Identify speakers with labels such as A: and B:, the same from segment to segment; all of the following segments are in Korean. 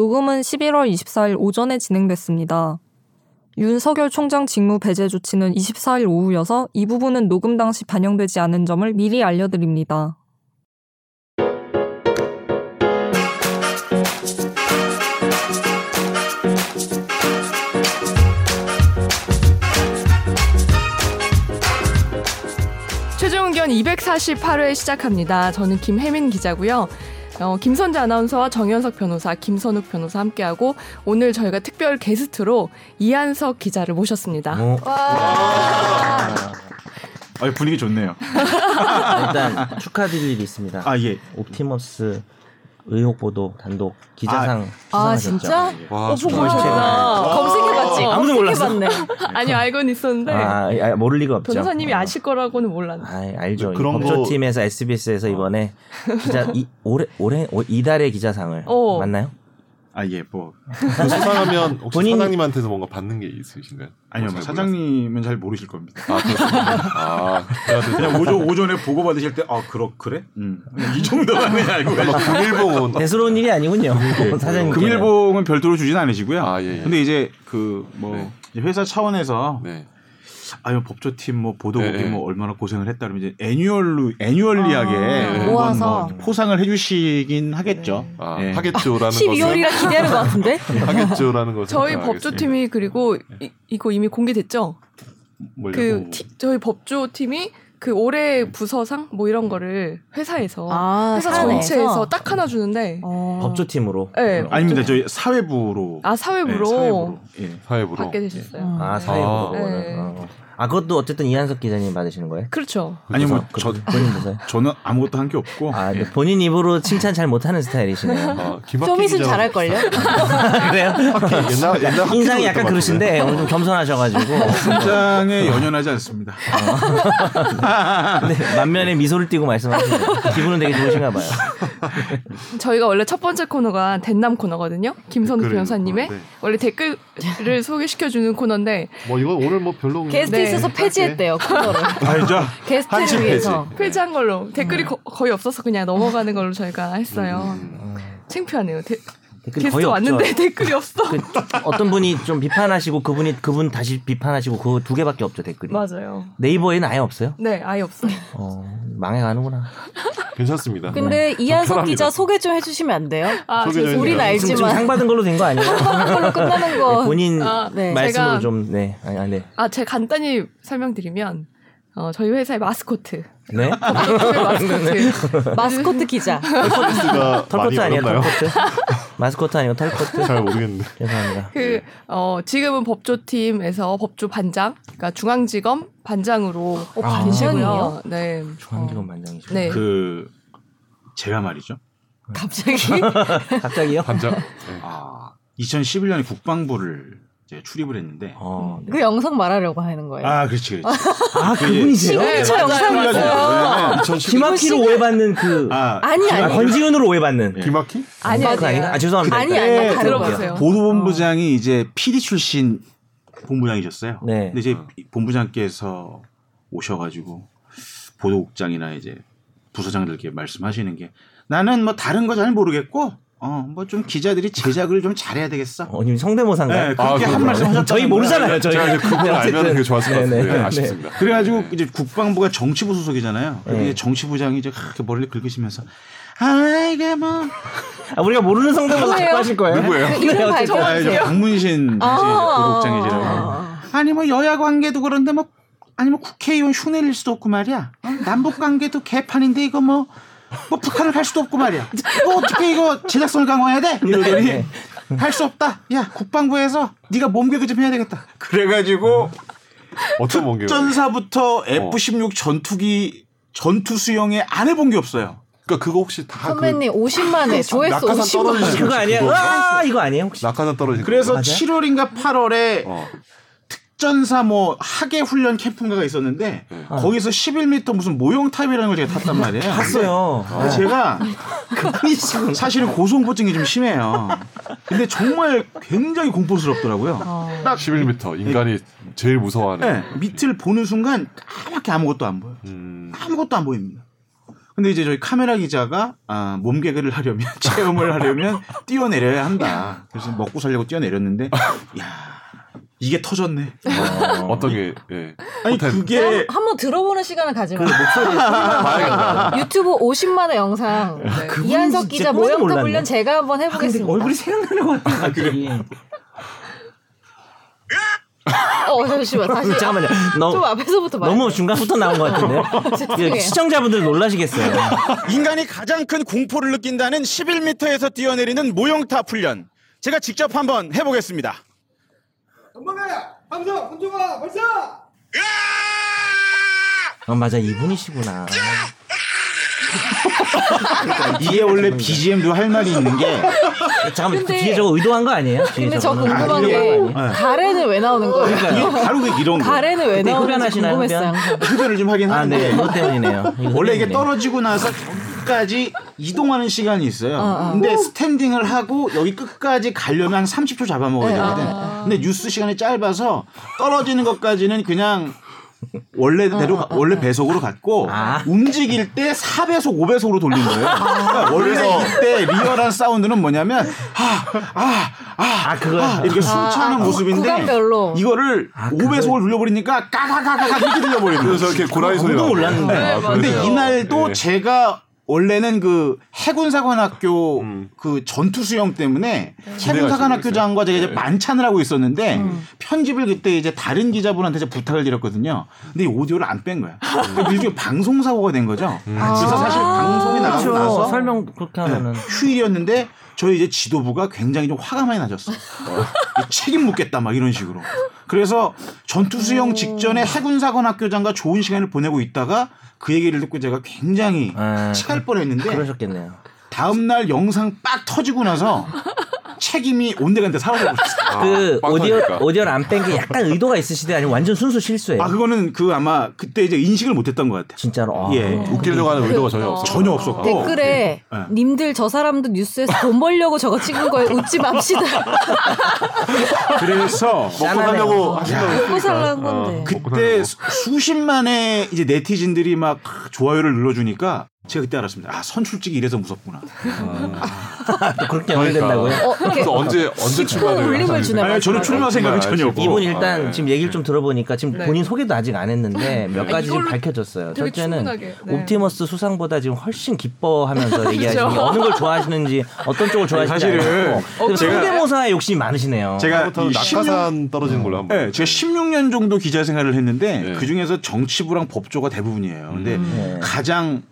A: 녹음은 11월 24일 오전에 진행됐습니다. 윤석열 총장 직무 배제 조치는 24일 오후여서 이 부분은 녹음 당시 반영되지 않은 점을 미리 알려드립니다.
B: 최종 의견 248회 시작합니다. 저는 김혜민 기자고요. 어, 김선재 아나운서와 정현석 변호사, 김선욱 변호사 함께하고 오늘 저희가 특별 게스트로 이한석 기자를 모셨습니다.
C: 어,
D: 아, 분위기 좋네요.
C: 일단 축하드릴 일이 있습니다.
D: 아 예.
C: 옵티머스 의혹 보도 단독 기자상
B: 아
C: 수상하셨죠?
B: 진짜?
E: 와,
C: 정말
B: 아, 검색해봤지.
C: 아무도 몰랐어.
B: 아니요 알건 있었는데
C: 아, 아, 모를 리가 없죠.
B: 변호사님이
C: 어.
B: 네. 아실 거라고는 몰랐네.
C: 아, 알죠.
D: 그런 거-
C: 법조팀에서 SBS에서 이번에 기자 이, 올해 올해 올- 이달의 기자상을
B: 어.
C: 맞나요?
D: 아 예. 뭐
E: 그 수상하면 혹시
C: 본인-
E: 사장님한테서 뭔가 받는 게 있으신가요?
D: 아니요. 뭐
E: 잘
D: 사장님은 잘 모르실 겁니다.
E: 몰라서. 아, 그렇습니다. 아,
D: 그냥 오전 오전에 보고 받으실 때 아 그러 그래? 음. 이 정도만 그냥 알고
E: 아마
D: 가시죠.
E: 금일봉은
C: 대수로운 일이 아니군요. 사장님.
D: 네, 금일봉은 별도로 주진 않으시고요.
E: 아, 예, 예.
D: 근데 이제 그 뭐
E: 네.
D: 회사 차원에서
E: 네.
D: 아유 법조팀 뭐 보도국이
E: 네, 네.
D: 뭐 얼마나 고생을 했다 그러면 이제 애뉴얼로 애뉴얼리하게
B: 아,
D: 한번
B: 모아서. 네.
D: 뭐 포상을 해주시긴 하겠죠.
E: 아,
D: 예.
E: 하겠죠라는 것은
F: 12월이라 기대하는 것 같은데?
E: 하겠죠라는 것은
B: 저희
E: 아,
B: 법조팀이 그리고 이, 이거 이미 공개됐죠?
D: 뭐냐고.
B: 그 티- 저희 법조팀이 그 올해 부서상 뭐 이런 거를 회사에서
F: 아,
B: 회사
F: 사안에서?
B: 전체에서 딱 하나 주는데
F: 어.
C: 법조팀으로.
B: 네.
D: 아닙니다. 저희 사회부로
B: 아 사회부로,
D: 네, 사회부로. 예.
E: 사회부로
B: 받게 되셨어요.
C: 아,
E: 아.
C: 사회부로. 그거는.
B: 네.
C: 어. 아, 그것도 어쨌든 이한석 기자님 받으시는 거예요?
B: 그렇죠.
D: 아니
C: 그래서
D: 뭐저
C: 그- 본인 부서요?
D: 저는 아무것도 한 게 없고
C: 아,
D: 예.
C: 네. 본인 입으로 칭찬 잘 못하는 스타일이시네요.
E: 아, 김학기
F: 좀 있으면
E: 기자가-
F: 잘할걸요?
D: 아,
C: 그래요?
E: 옛날 옛날 학기
C: 인상이
E: 들었던
C: 약간
E: 것
C: 그러신데 오늘 좀 겸손하셔가지고
D: 현장에 연연하지 않습니다.
C: 네, 만면에 미소를 띠고 말씀하시네요. 기분은 되게 좋으신가 봐요.
B: 저희가 원래 첫 번째 코너가 den남 코너거든요. 김선우
E: 댓글
B: 변호사님의
E: 읽는 거,
B: 원래 댓글을 소개시켜 주는 코너인데
E: 뭐 이건 오늘 뭐 별로
F: 게스트
B: 네.
F: 있어서 폐지했대요, 코너를.
D: 알죠?
F: 게스트를
E: 한식
F: 위해서.
E: 폐지.
B: 폐지한
C: 네.
B: 걸로 댓글이 거, 의 없어서 그냥 넘어가는 걸로 저희가 했어요. 창피하네요. 데-
C: 댓글이
B: 게스트
C: 아. 거의
B: 왔는데
C: 없죠.
B: 댓글이 없어.
C: 그, 어떤 분이 좀 비판하시고 그분이 그분 다시 비판하시고 그 두 개밖에 없죠 댓글이.
B: 맞아요.
C: 네이버에는 아예 없어요.
B: 네, 아예 없어요.
C: 어, 망해가는구나.
E: 네. 괜찮습니다. 뭐
F: 근데 이한석
E: 편합니다.
F: 기자 소개 좀 해주시면 안 돼요?
B: 아,
E: 소개 좀
B: 죄송해요.
F: 우린
C: 지금, 지금 상
F: 알지만
C: 받은 걸로 된 거 아니에요?
F: 그걸로 끝나는 거.
C: 본인
B: 아,
F: 네.
C: 말씀으로
B: 제가-
C: 좀 네, 아니 아니 네.
B: 아, 제가 간단히 설명드리면 어, 저희 회사의 마스코트.
C: 네?
B: 저희 마스코트.
F: 마스코트 기자.
E: 가 많이
C: 털코트 아니에요?
E: 어렵나요?
C: 털코트? 마스코트 아니고 털코트?
E: 잘 모르겠는데.
C: 죄송합니다.
B: 그, 어, 지금은 법조팀에서 법조 반장, 그러니까 중앙지검 반장으로 계시고요. 네.
C: 어, 중앙지검 반장이시죠.
B: 네.
D: 그 제가 말이죠.
F: 갑자기
C: 갑자기요?
E: 반장.
D: 아 2011년에 국방부를 이제 출입을 했는데
C: 어,
F: 그 영상 말하려고 하는 거예요.
D: 아 그렇지 그렇지.
C: 아 그분이세요?
B: 네,
F: 저
B: 맞아요,
F: 영상
B: 맞아요.
F: 봤어요.
C: 김학기로 오해받는 그 아,
D: 아
F: 어, 아니 아니.
C: 권지훈으로 오해받는
E: 김학기?
B: 아니요,
C: 그거 아닌가? 아 죄송합니다.
F: 아니
G: 네.
F: 아니 다른
B: 들어보세요.
F: 거예요.
D: 보도본부장이 이제 PD 출신 본부장이셨어요.
C: 네.
D: 근데 이제 본부장께서 오셔가지고 보도국장이나 이제 부서장들께 말씀하시는 게 나는 뭐 다른 거 잘 모르겠고 어 뭐 좀 기자들이 제작을 좀 잘해야 되겠어.
C: 어, 님 성대모사인가요?
D: 네, 그렇게
E: 아,
D: 한 말씀 하셨다.
C: 저희 모르잖아요. 저희
E: 제가 이제
G: 네,
E: 그걸 알면 되게 좋았을 것 같은데
C: 네네.
E: 아쉽습니다.
D: 그래가지고 이제 국방부가 정치부 소속이잖아요. 근데
C: 네.
D: 이제 정치부장이 이제 그렇게 머리를 긁으시면서 아 이게 뭐
C: 아, 우리가 모르는 성대모사 자꾸 하실 거예요?
E: 누구예요?
F: 그 이름
D: 아, 이제
F: 발견하세요.
D: 박문신
F: 어, 아,
D: 보도국장이시라고
F: 아,
D: 아니 뭐 여야 관계도 그런데 뭐 아니 뭐 국회의원 흉내낼 수도 없고 말이야. 어? 남북 관계도 개판인데 이거 뭐. 뭐 북한을 갈 수도 없고 말이야. 이거 어떻게 이거 제작성을 강화해야 돼? 이러더니
C: 네.
D: 할 수 없다. 야 국방부에서 네가 몸개그 좀 해야 되겠다. 그래가지고
E: 어떤 원격?
D: 전사부터 F-16 전투기 전투 수영에 안 해본 게 없어요.
E: 그러니까 그거 혹시 다
F: 선배님 50만에 조회수
E: 낙하산
F: 50만.
E: 떨어지는
C: 그거 아니에요?
E: 그거.
C: 아, 이거 아니에요? 혹시?
E: 낙하산 떨어진
D: 그래서
E: 거.
C: 맞아요?
D: 7월인가 8월에
E: 어.
D: 전사 뭐 하계 훈련 캠프인가가 있었는데 거기서 11m 무슨 모형 탑이라는 걸 제가 탔단 말이에요.
C: 봤어요.
D: 근데 제가 사실은 고소공포증이 좀 심해요. 근데 정말 굉장히 공포스럽더라고요. 딱
E: 11m 인간이 제일
D: 예,
E: 무서워하는
D: 네, 밑을 보는 순간 까맣게 아무것도 안 보여.
E: 음,
D: 아무것도 안 보입니다. 근데 이제 저희 카메라 기자가 아, 몸개그를 하려면 체험을 하려면 뛰어내려야 한다. 그래서 먹고 살려고 뛰어내렸는데 야 이게 터졌네.
E: 어떤 게 예.
D: 아니
E: 호텔.
D: 그게
F: 한번 들어보는 시간을 가지마.
E: 봐야겠다.
F: 유튜브 50만의 영상.
B: 네.
G: 그분
F: 이한석
G: 진짜
F: 기자
G: 꼴도
F: 모욕탕
G: 몰랐네.
F: 훈련 제가 한번
G: 아, 근데
F: 해보겠습니다.
G: 얼굴이 생각나는 것 같아 갑자기.
F: 어, 잠시만. 다시.
G: 잠깐만요.
F: 좀
G: 너무
F: 앞에서부터 말해.
G: 너무 중간부터 나온 것 같은데.
F: 죄송해요.
G: 예, 시청자분들 놀라시겠어요.
D: 인간이 가장 큰 공포를 느낀다는 11m에서 뛰어내리는 모형타 훈련. 제가 직접 한번 해보겠습니다.
G: 어, 맞아 이분이시구나.
D: 이게 원래 BGM도 할 말이 있는 게
G: 잠깐만
F: 근데-
G: 그 뒤에 저거 의도한 거 아니에요? 뒤에
F: 근데 저 궁금한
G: 저거는? 아, 의도한
F: 게
G: 거 아니에요?
F: 가래는 왜 나오는 거예요?
D: 이게 바로 그 이런 거.
F: 가래는 왜
G: 그때
F: 나오는지
G: 흡연하시나요,
F: 네, 궁금했어요.
G: 흡연?
F: 항상.
D: 흡연을 좀 하긴
G: 아, 네,
D: 하는데
G: 이것 때문이네요. 이것
D: 원래 이게
G: 때문이네요.
D: 떨어지고 나서 끝까지 이동하는 시간이 있어요.
F: 아, 아.
D: 근데 스탠딩을 하고 여기 끝까지 가려면 한 30초 잡아먹어야
F: 네,
D: 되거든. 근데 뉴스 시간이 짧아서 떨어지는 것까지는 그냥
F: 어,
D: 원래대로 가- 원래 배속으로 갔고
G: 아.
D: 움직일 때 4배속 5배속으로 돌린 거예요.
F: 아.
D: 그러니까 원래 이때 리얼한 사운드는 뭐냐면 아아아
G: 아, 그거요?
D: 이렇게 숨차는
F: 아,
D: 모습인데
F: 구간별로.
D: 이거를
G: 아, 그걸-
D: 5배속을 돌려버리니까 까가가가가 이렇게 돌려버리는 거예요.
E: 그래서 이렇게 고라니 소리
G: 저도
E: 나고.
G: 몰랐는데.
E: 아,
B: 네,
D: 근데
E: 그래요?
D: 이날도
E: 예.
D: 제가 원래는 그 해군사관학교
E: 음.
D: 그 전투 수영 때문에
E: 네.
D: 해군사관학교장과 제가 이제 만찬을 하고 있었는데
E: 음.
D: 편집을 그때 이제 다른 기자분한테 제가 부탁을 드렸거든요. 근데 이 오디오를 안 뺀 거야. 그러니까 일종의 방송 사고가 된 거죠.
E: 음.
D: 그래서
E: 아,
D: 사실 방송이 나가고
G: 그렇죠.
D: 나서
G: 설명 그렇게 하면은
D: 네. 휴일이었는데 저희 이제 지도부가 굉장히 좀 화가 많이 나셨어. 이 책임 묻겠다 막 이런 식으로. 그래서 전투 수용 직전에 해군사관학교장과 좋은 시간을 보내고 있다가 그 얘기를 듣고 제가 굉장히
G: 아,
D: 치갈 뻔했는데
G: 그러셨겠네요.
D: 다음 날 영상 빡 터지고 나서 책임이 온데간데 사라져 버렸어.
E: 아,
G: 그
E: 빵
G: 오디오
E: 터지니까.
G: 오디오를 안 뺀 게 약간 의도가 있으시대 아니면 완전 순수 실수예요.
D: 아 그거는 그 아마 그때 이제 인식을 못했던 것 같아.
G: 진짜로. 아,
D: 예.
E: 웃기려고 하는 의도가 전혀 아, 없어.
D: 전혀 없었고
F: 댓글에
D: 네.
F: 님들 저 사람도 뉴스에서 돈 벌려고 저거 찍은 거에 웃지 맙시다.
D: 그래서
E: 먹고 살려고 하신다고.
F: 먹고 살라는 건데.
E: 어,
D: 그때 수- 수십만의 이제 네티즌들이 막 좋아요를 눌러주니까 제가 그때 알았습니다. 아 선출직이 이래서 무섭구나.
G: 또 그렇게 연결된다고요?
F: 어, 이렇게
E: 그래서 언제 언제 출발을
F: 울림을
E: 하셨는지.
F: 주나 봐요. 아니,
D: 저는 출마 생각은 전혀 없고.
G: 이분
E: 아,
G: 일단
E: 네.
G: 지금 얘기를 좀 들어보니까 지금
B: 네.
G: 본인 소개도 아직 안 했는데 몇
B: 아,
G: 가지 지금
B: 이걸로
G: 밝혀졌어요.
B: 되게
G: 첫째는
B: 충분하게, 네.
G: 옵티머스 수상보다 지금 훨씬 기뻐하면서 얘기하시는 게
B: 그렇죠.
G: 어느 걸 좋아하시는지 어떤 쪽을 좋아하시는지
D: 사실은
G: 알고
B: 제가-
G: 성대모사에 욕심이 많으시네요.
D: 제가
E: 다음부터는
D: 이 16,
E: 아, 낙하산 떨어지는 걸로 한번.
D: 네, 제가 16년 정도 기자 생활을 했는데
E: 네. 음.
D: 그 중에서 정치부랑 법조가 대부분이에요. 근데
G: 네.
D: 가장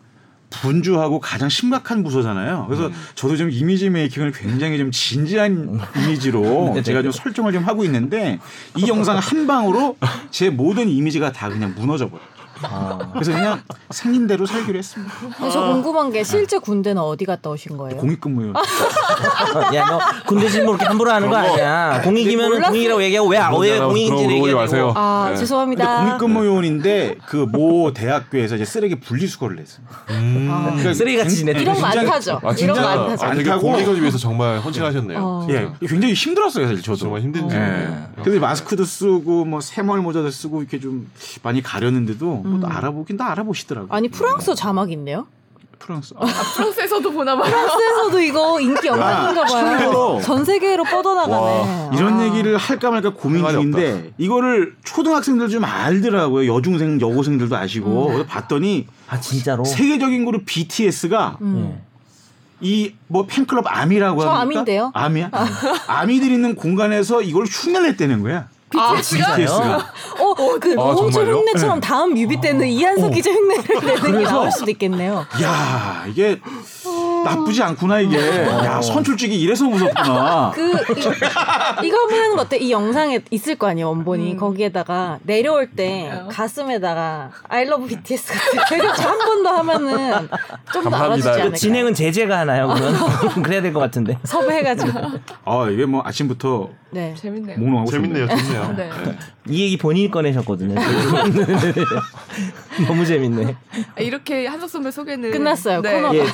D: 분주하고 가장 심각한 부서잖아요. 그래서
E: 음.
D: 저도 좀 이미지 메이킹을 굉장히 좀 진지한 이미지로
G: 네,
D: 제가
G: 네.
D: 좀 설정을 좀 하고 있는데 이 영상 한 방으로 제 모든 이미지가 다 그냥 무너져 버려. 요
G: 아,
D: 그래서 그냥 생긴 대로 살기로 했습니다.
F: 근데 저 궁금한 게 실제 군대는 어디 갔다 오신 거예요?
D: 공익근무요.
F: 아,
G: 야, 너 군대 실무 이렇게 함부로 하는 거 아니야. 공익이면
F: 몰랐어요.
G: 공익이라고 얘기하고
C: 아,
G: 왜, 아,
E: 그런
G: 왜
E: 사람은
G: 공익인지
E: 뭐 그런 거 물어보지 마세요.
G: 얘기하고.
F: 아
E: 네.
D: 근데
F: 죄송합니다.
D: 공익근무 요원인데 그 모 대학교에서 이제 쓰레기 분리수거를 했어요.
E: 음.
F: 아,
D: 그러니까
G: 쓰레기같이 지냈다.
F: 이런 거 안
D: 굉장히-
F: 타죠.
E: 아
F: 이런 거
E: 진짜
F: 안 타죠.
E: 아, 되게
D: 타고.
E: 공익을 위해서 정말 헌신하셨네요.
F: 어.
E: 진짜.
D: 예, 굉장히 힘들었어요 사실 저도.
E: 정말 힘든 지
D: 예. 그래서 마스크도 쓰고 뭐 새멀 모자도 쓰고 이렇게 좀 많이 가렸는데도 뭐또 알아보긴 다 알아보시더라고요.
F: 음.
D: 어,
F: 아니 프랑스 아. 자막 있네요.
D: 프랑스.
B: 프랑스에서도 보나 봐요.
F: 프랑스에서도 이거 인기 영상인가 봐요.
D: 참고로.
F: 전 세계로 뻗어나가네.
D: 이런
F: 아.
D: 얘기를 할까 말까 고민
E: 생활이
D: 중인데 이거를 초등학생들 좀 알더라고요. 여중생, 여고생들도 아시고.
F: 음.
D: 그래서 봤더니
G: 아, 진짜로?
D: 어.
C: 네.
D: 세계적인 그룹 BTS가
F: 음.
D: 이 뭐 팬클럽 아미라고
F: 저
D: 합니까?
F: 아미인데요.
D: 아미야? 아미들 있는 공간에서 이걸 흉내를 냈다는 거야.
B: 아, 진짜?
D: BTS가.
F: 어, 그
E: 아,
F: 노홍철
E: 정말요? 어.
F: 흉내처럼 다음 뮤비 때는 이한석 기자 흉내를 내는 게
D: 그래서-
F: 나올 수도 있겠네요.
D: 야 이게 나쁘지 않구나 이게. 야 선출직이 이래서 무섭구나.
F: 그 이, 거 한번 하는 거 어때? 이 영상에 있을 거 아니에요 원본이 거기에다가 내려올 때 가슴에다가 I love BTS 같은 거 이렇게 한 번 더 하면은 좀 더
E: 감사합니다.
F: 알아주지
E: 이거
C: 그러니까
F: 않을까?
G: 진행은 제재가 하나요, 그건? 그래야 될 것 같은데.
F: 섭외해가지고
D: 아 이게 뭐 아침부터
F: 네.
B: 재밌네요.
D: 예. 목롱하고
E: 재밌네요, 예.
D: 싶네요.
E: 좋네요.
B: 네.
E: 네.
G: 이 얘기 본인이 꺼내셨거든요.
C: 너무 재밌네.
B: 아, 이렇게 한석 선배 소개는 네.
F: 끝났어요, 코너가.
C: 예,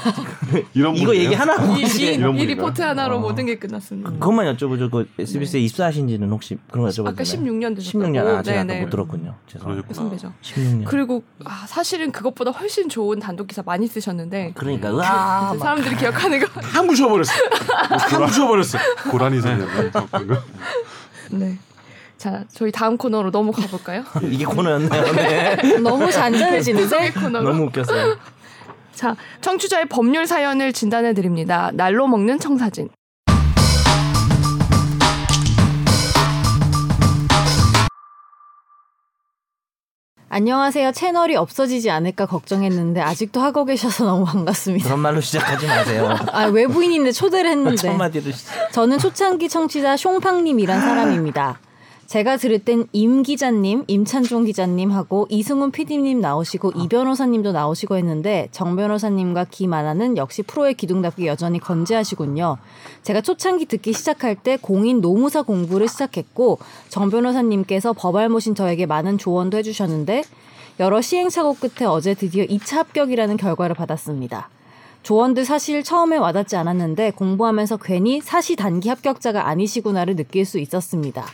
E: 이런
C: 이거
E: 분이에요?
C: 얘기 하나 하고
B: 이,
C: 가시네.
B: 이,
E: 이런
B: 이
E: 분이다.
B: 리포트 하나로
C: 어.
B: 모든 게 끝났습니다.
C: 그것만 여쭤보죠. 그 SBS에 입사하신지는 혹시 그런 거 여쭤봐도
B: 네. 아까
C: 되나요?
B: 16년 되셨다고.
C: 16년 아 제가 아까
B: 네네.
C: 못 들었군요. 어. 예. 죄송합니다.
E: 그러셨구나.
B: 선배죠.
C: 16년.
B: 그리고 아, 사실은 그것보다 훨씬 좋은 단독 기사 많이 쓰셨는데
C: 그러니까 으아 막
B: 사람들이 기억하는 거.
D: 다 묻혀버렸어. 다 묻혀버렸어.
E: 고라니 선생님. 네,
B: 네. 자, 저희 다음 코너로 넘어가 볼까요?
C: 이게 코너였나요? 네.
F: 너무
B: 네,
F: 잔잔해지는데?
B: 코너로.
C: 너무 웃겼어요.
B: 자, 청취자의 법률 사연을 진단해 드립니다. 날로 먹는 청사진.
F: 안녕하세요. 채널이 없어지지 않을까 걱정했는데 아직도 하고 계셔서 너무 반갑습니다.
C: 그런 말로 시작하지 마세요.
F: 아, 외부인인데 초대를
B: 음,
E: 아,
B: 네.
F: 했는데.
C: 첫 마디로 시-
F: 저는 초창기 청취자 숑팡님이란 사람입니다. 제가 들을 땐 임 기자님, 임찬종 기자님하고 이승훈 PD님 나오시고 이 변호사님도 나오시고 했는데 정 변호사님과 김아나는 역시 프로의 기둥답게 여전히 건재하시군요. 제가 초창기 듣기 시작할 때 공인 노무사 공부를 시작했고 정 변호사님께서 법알 모신 저에게 많은 조언도 해주셨는데 여러 시행착오 끝에 어제 드디어 2차 합격이라는 결과를 받았습니다. 조언들 사실 처음에 와닿지 않았는데 공부하면서 괜히 사시 단기 합격자가 아니시구나를 느낄 수 있었습니다.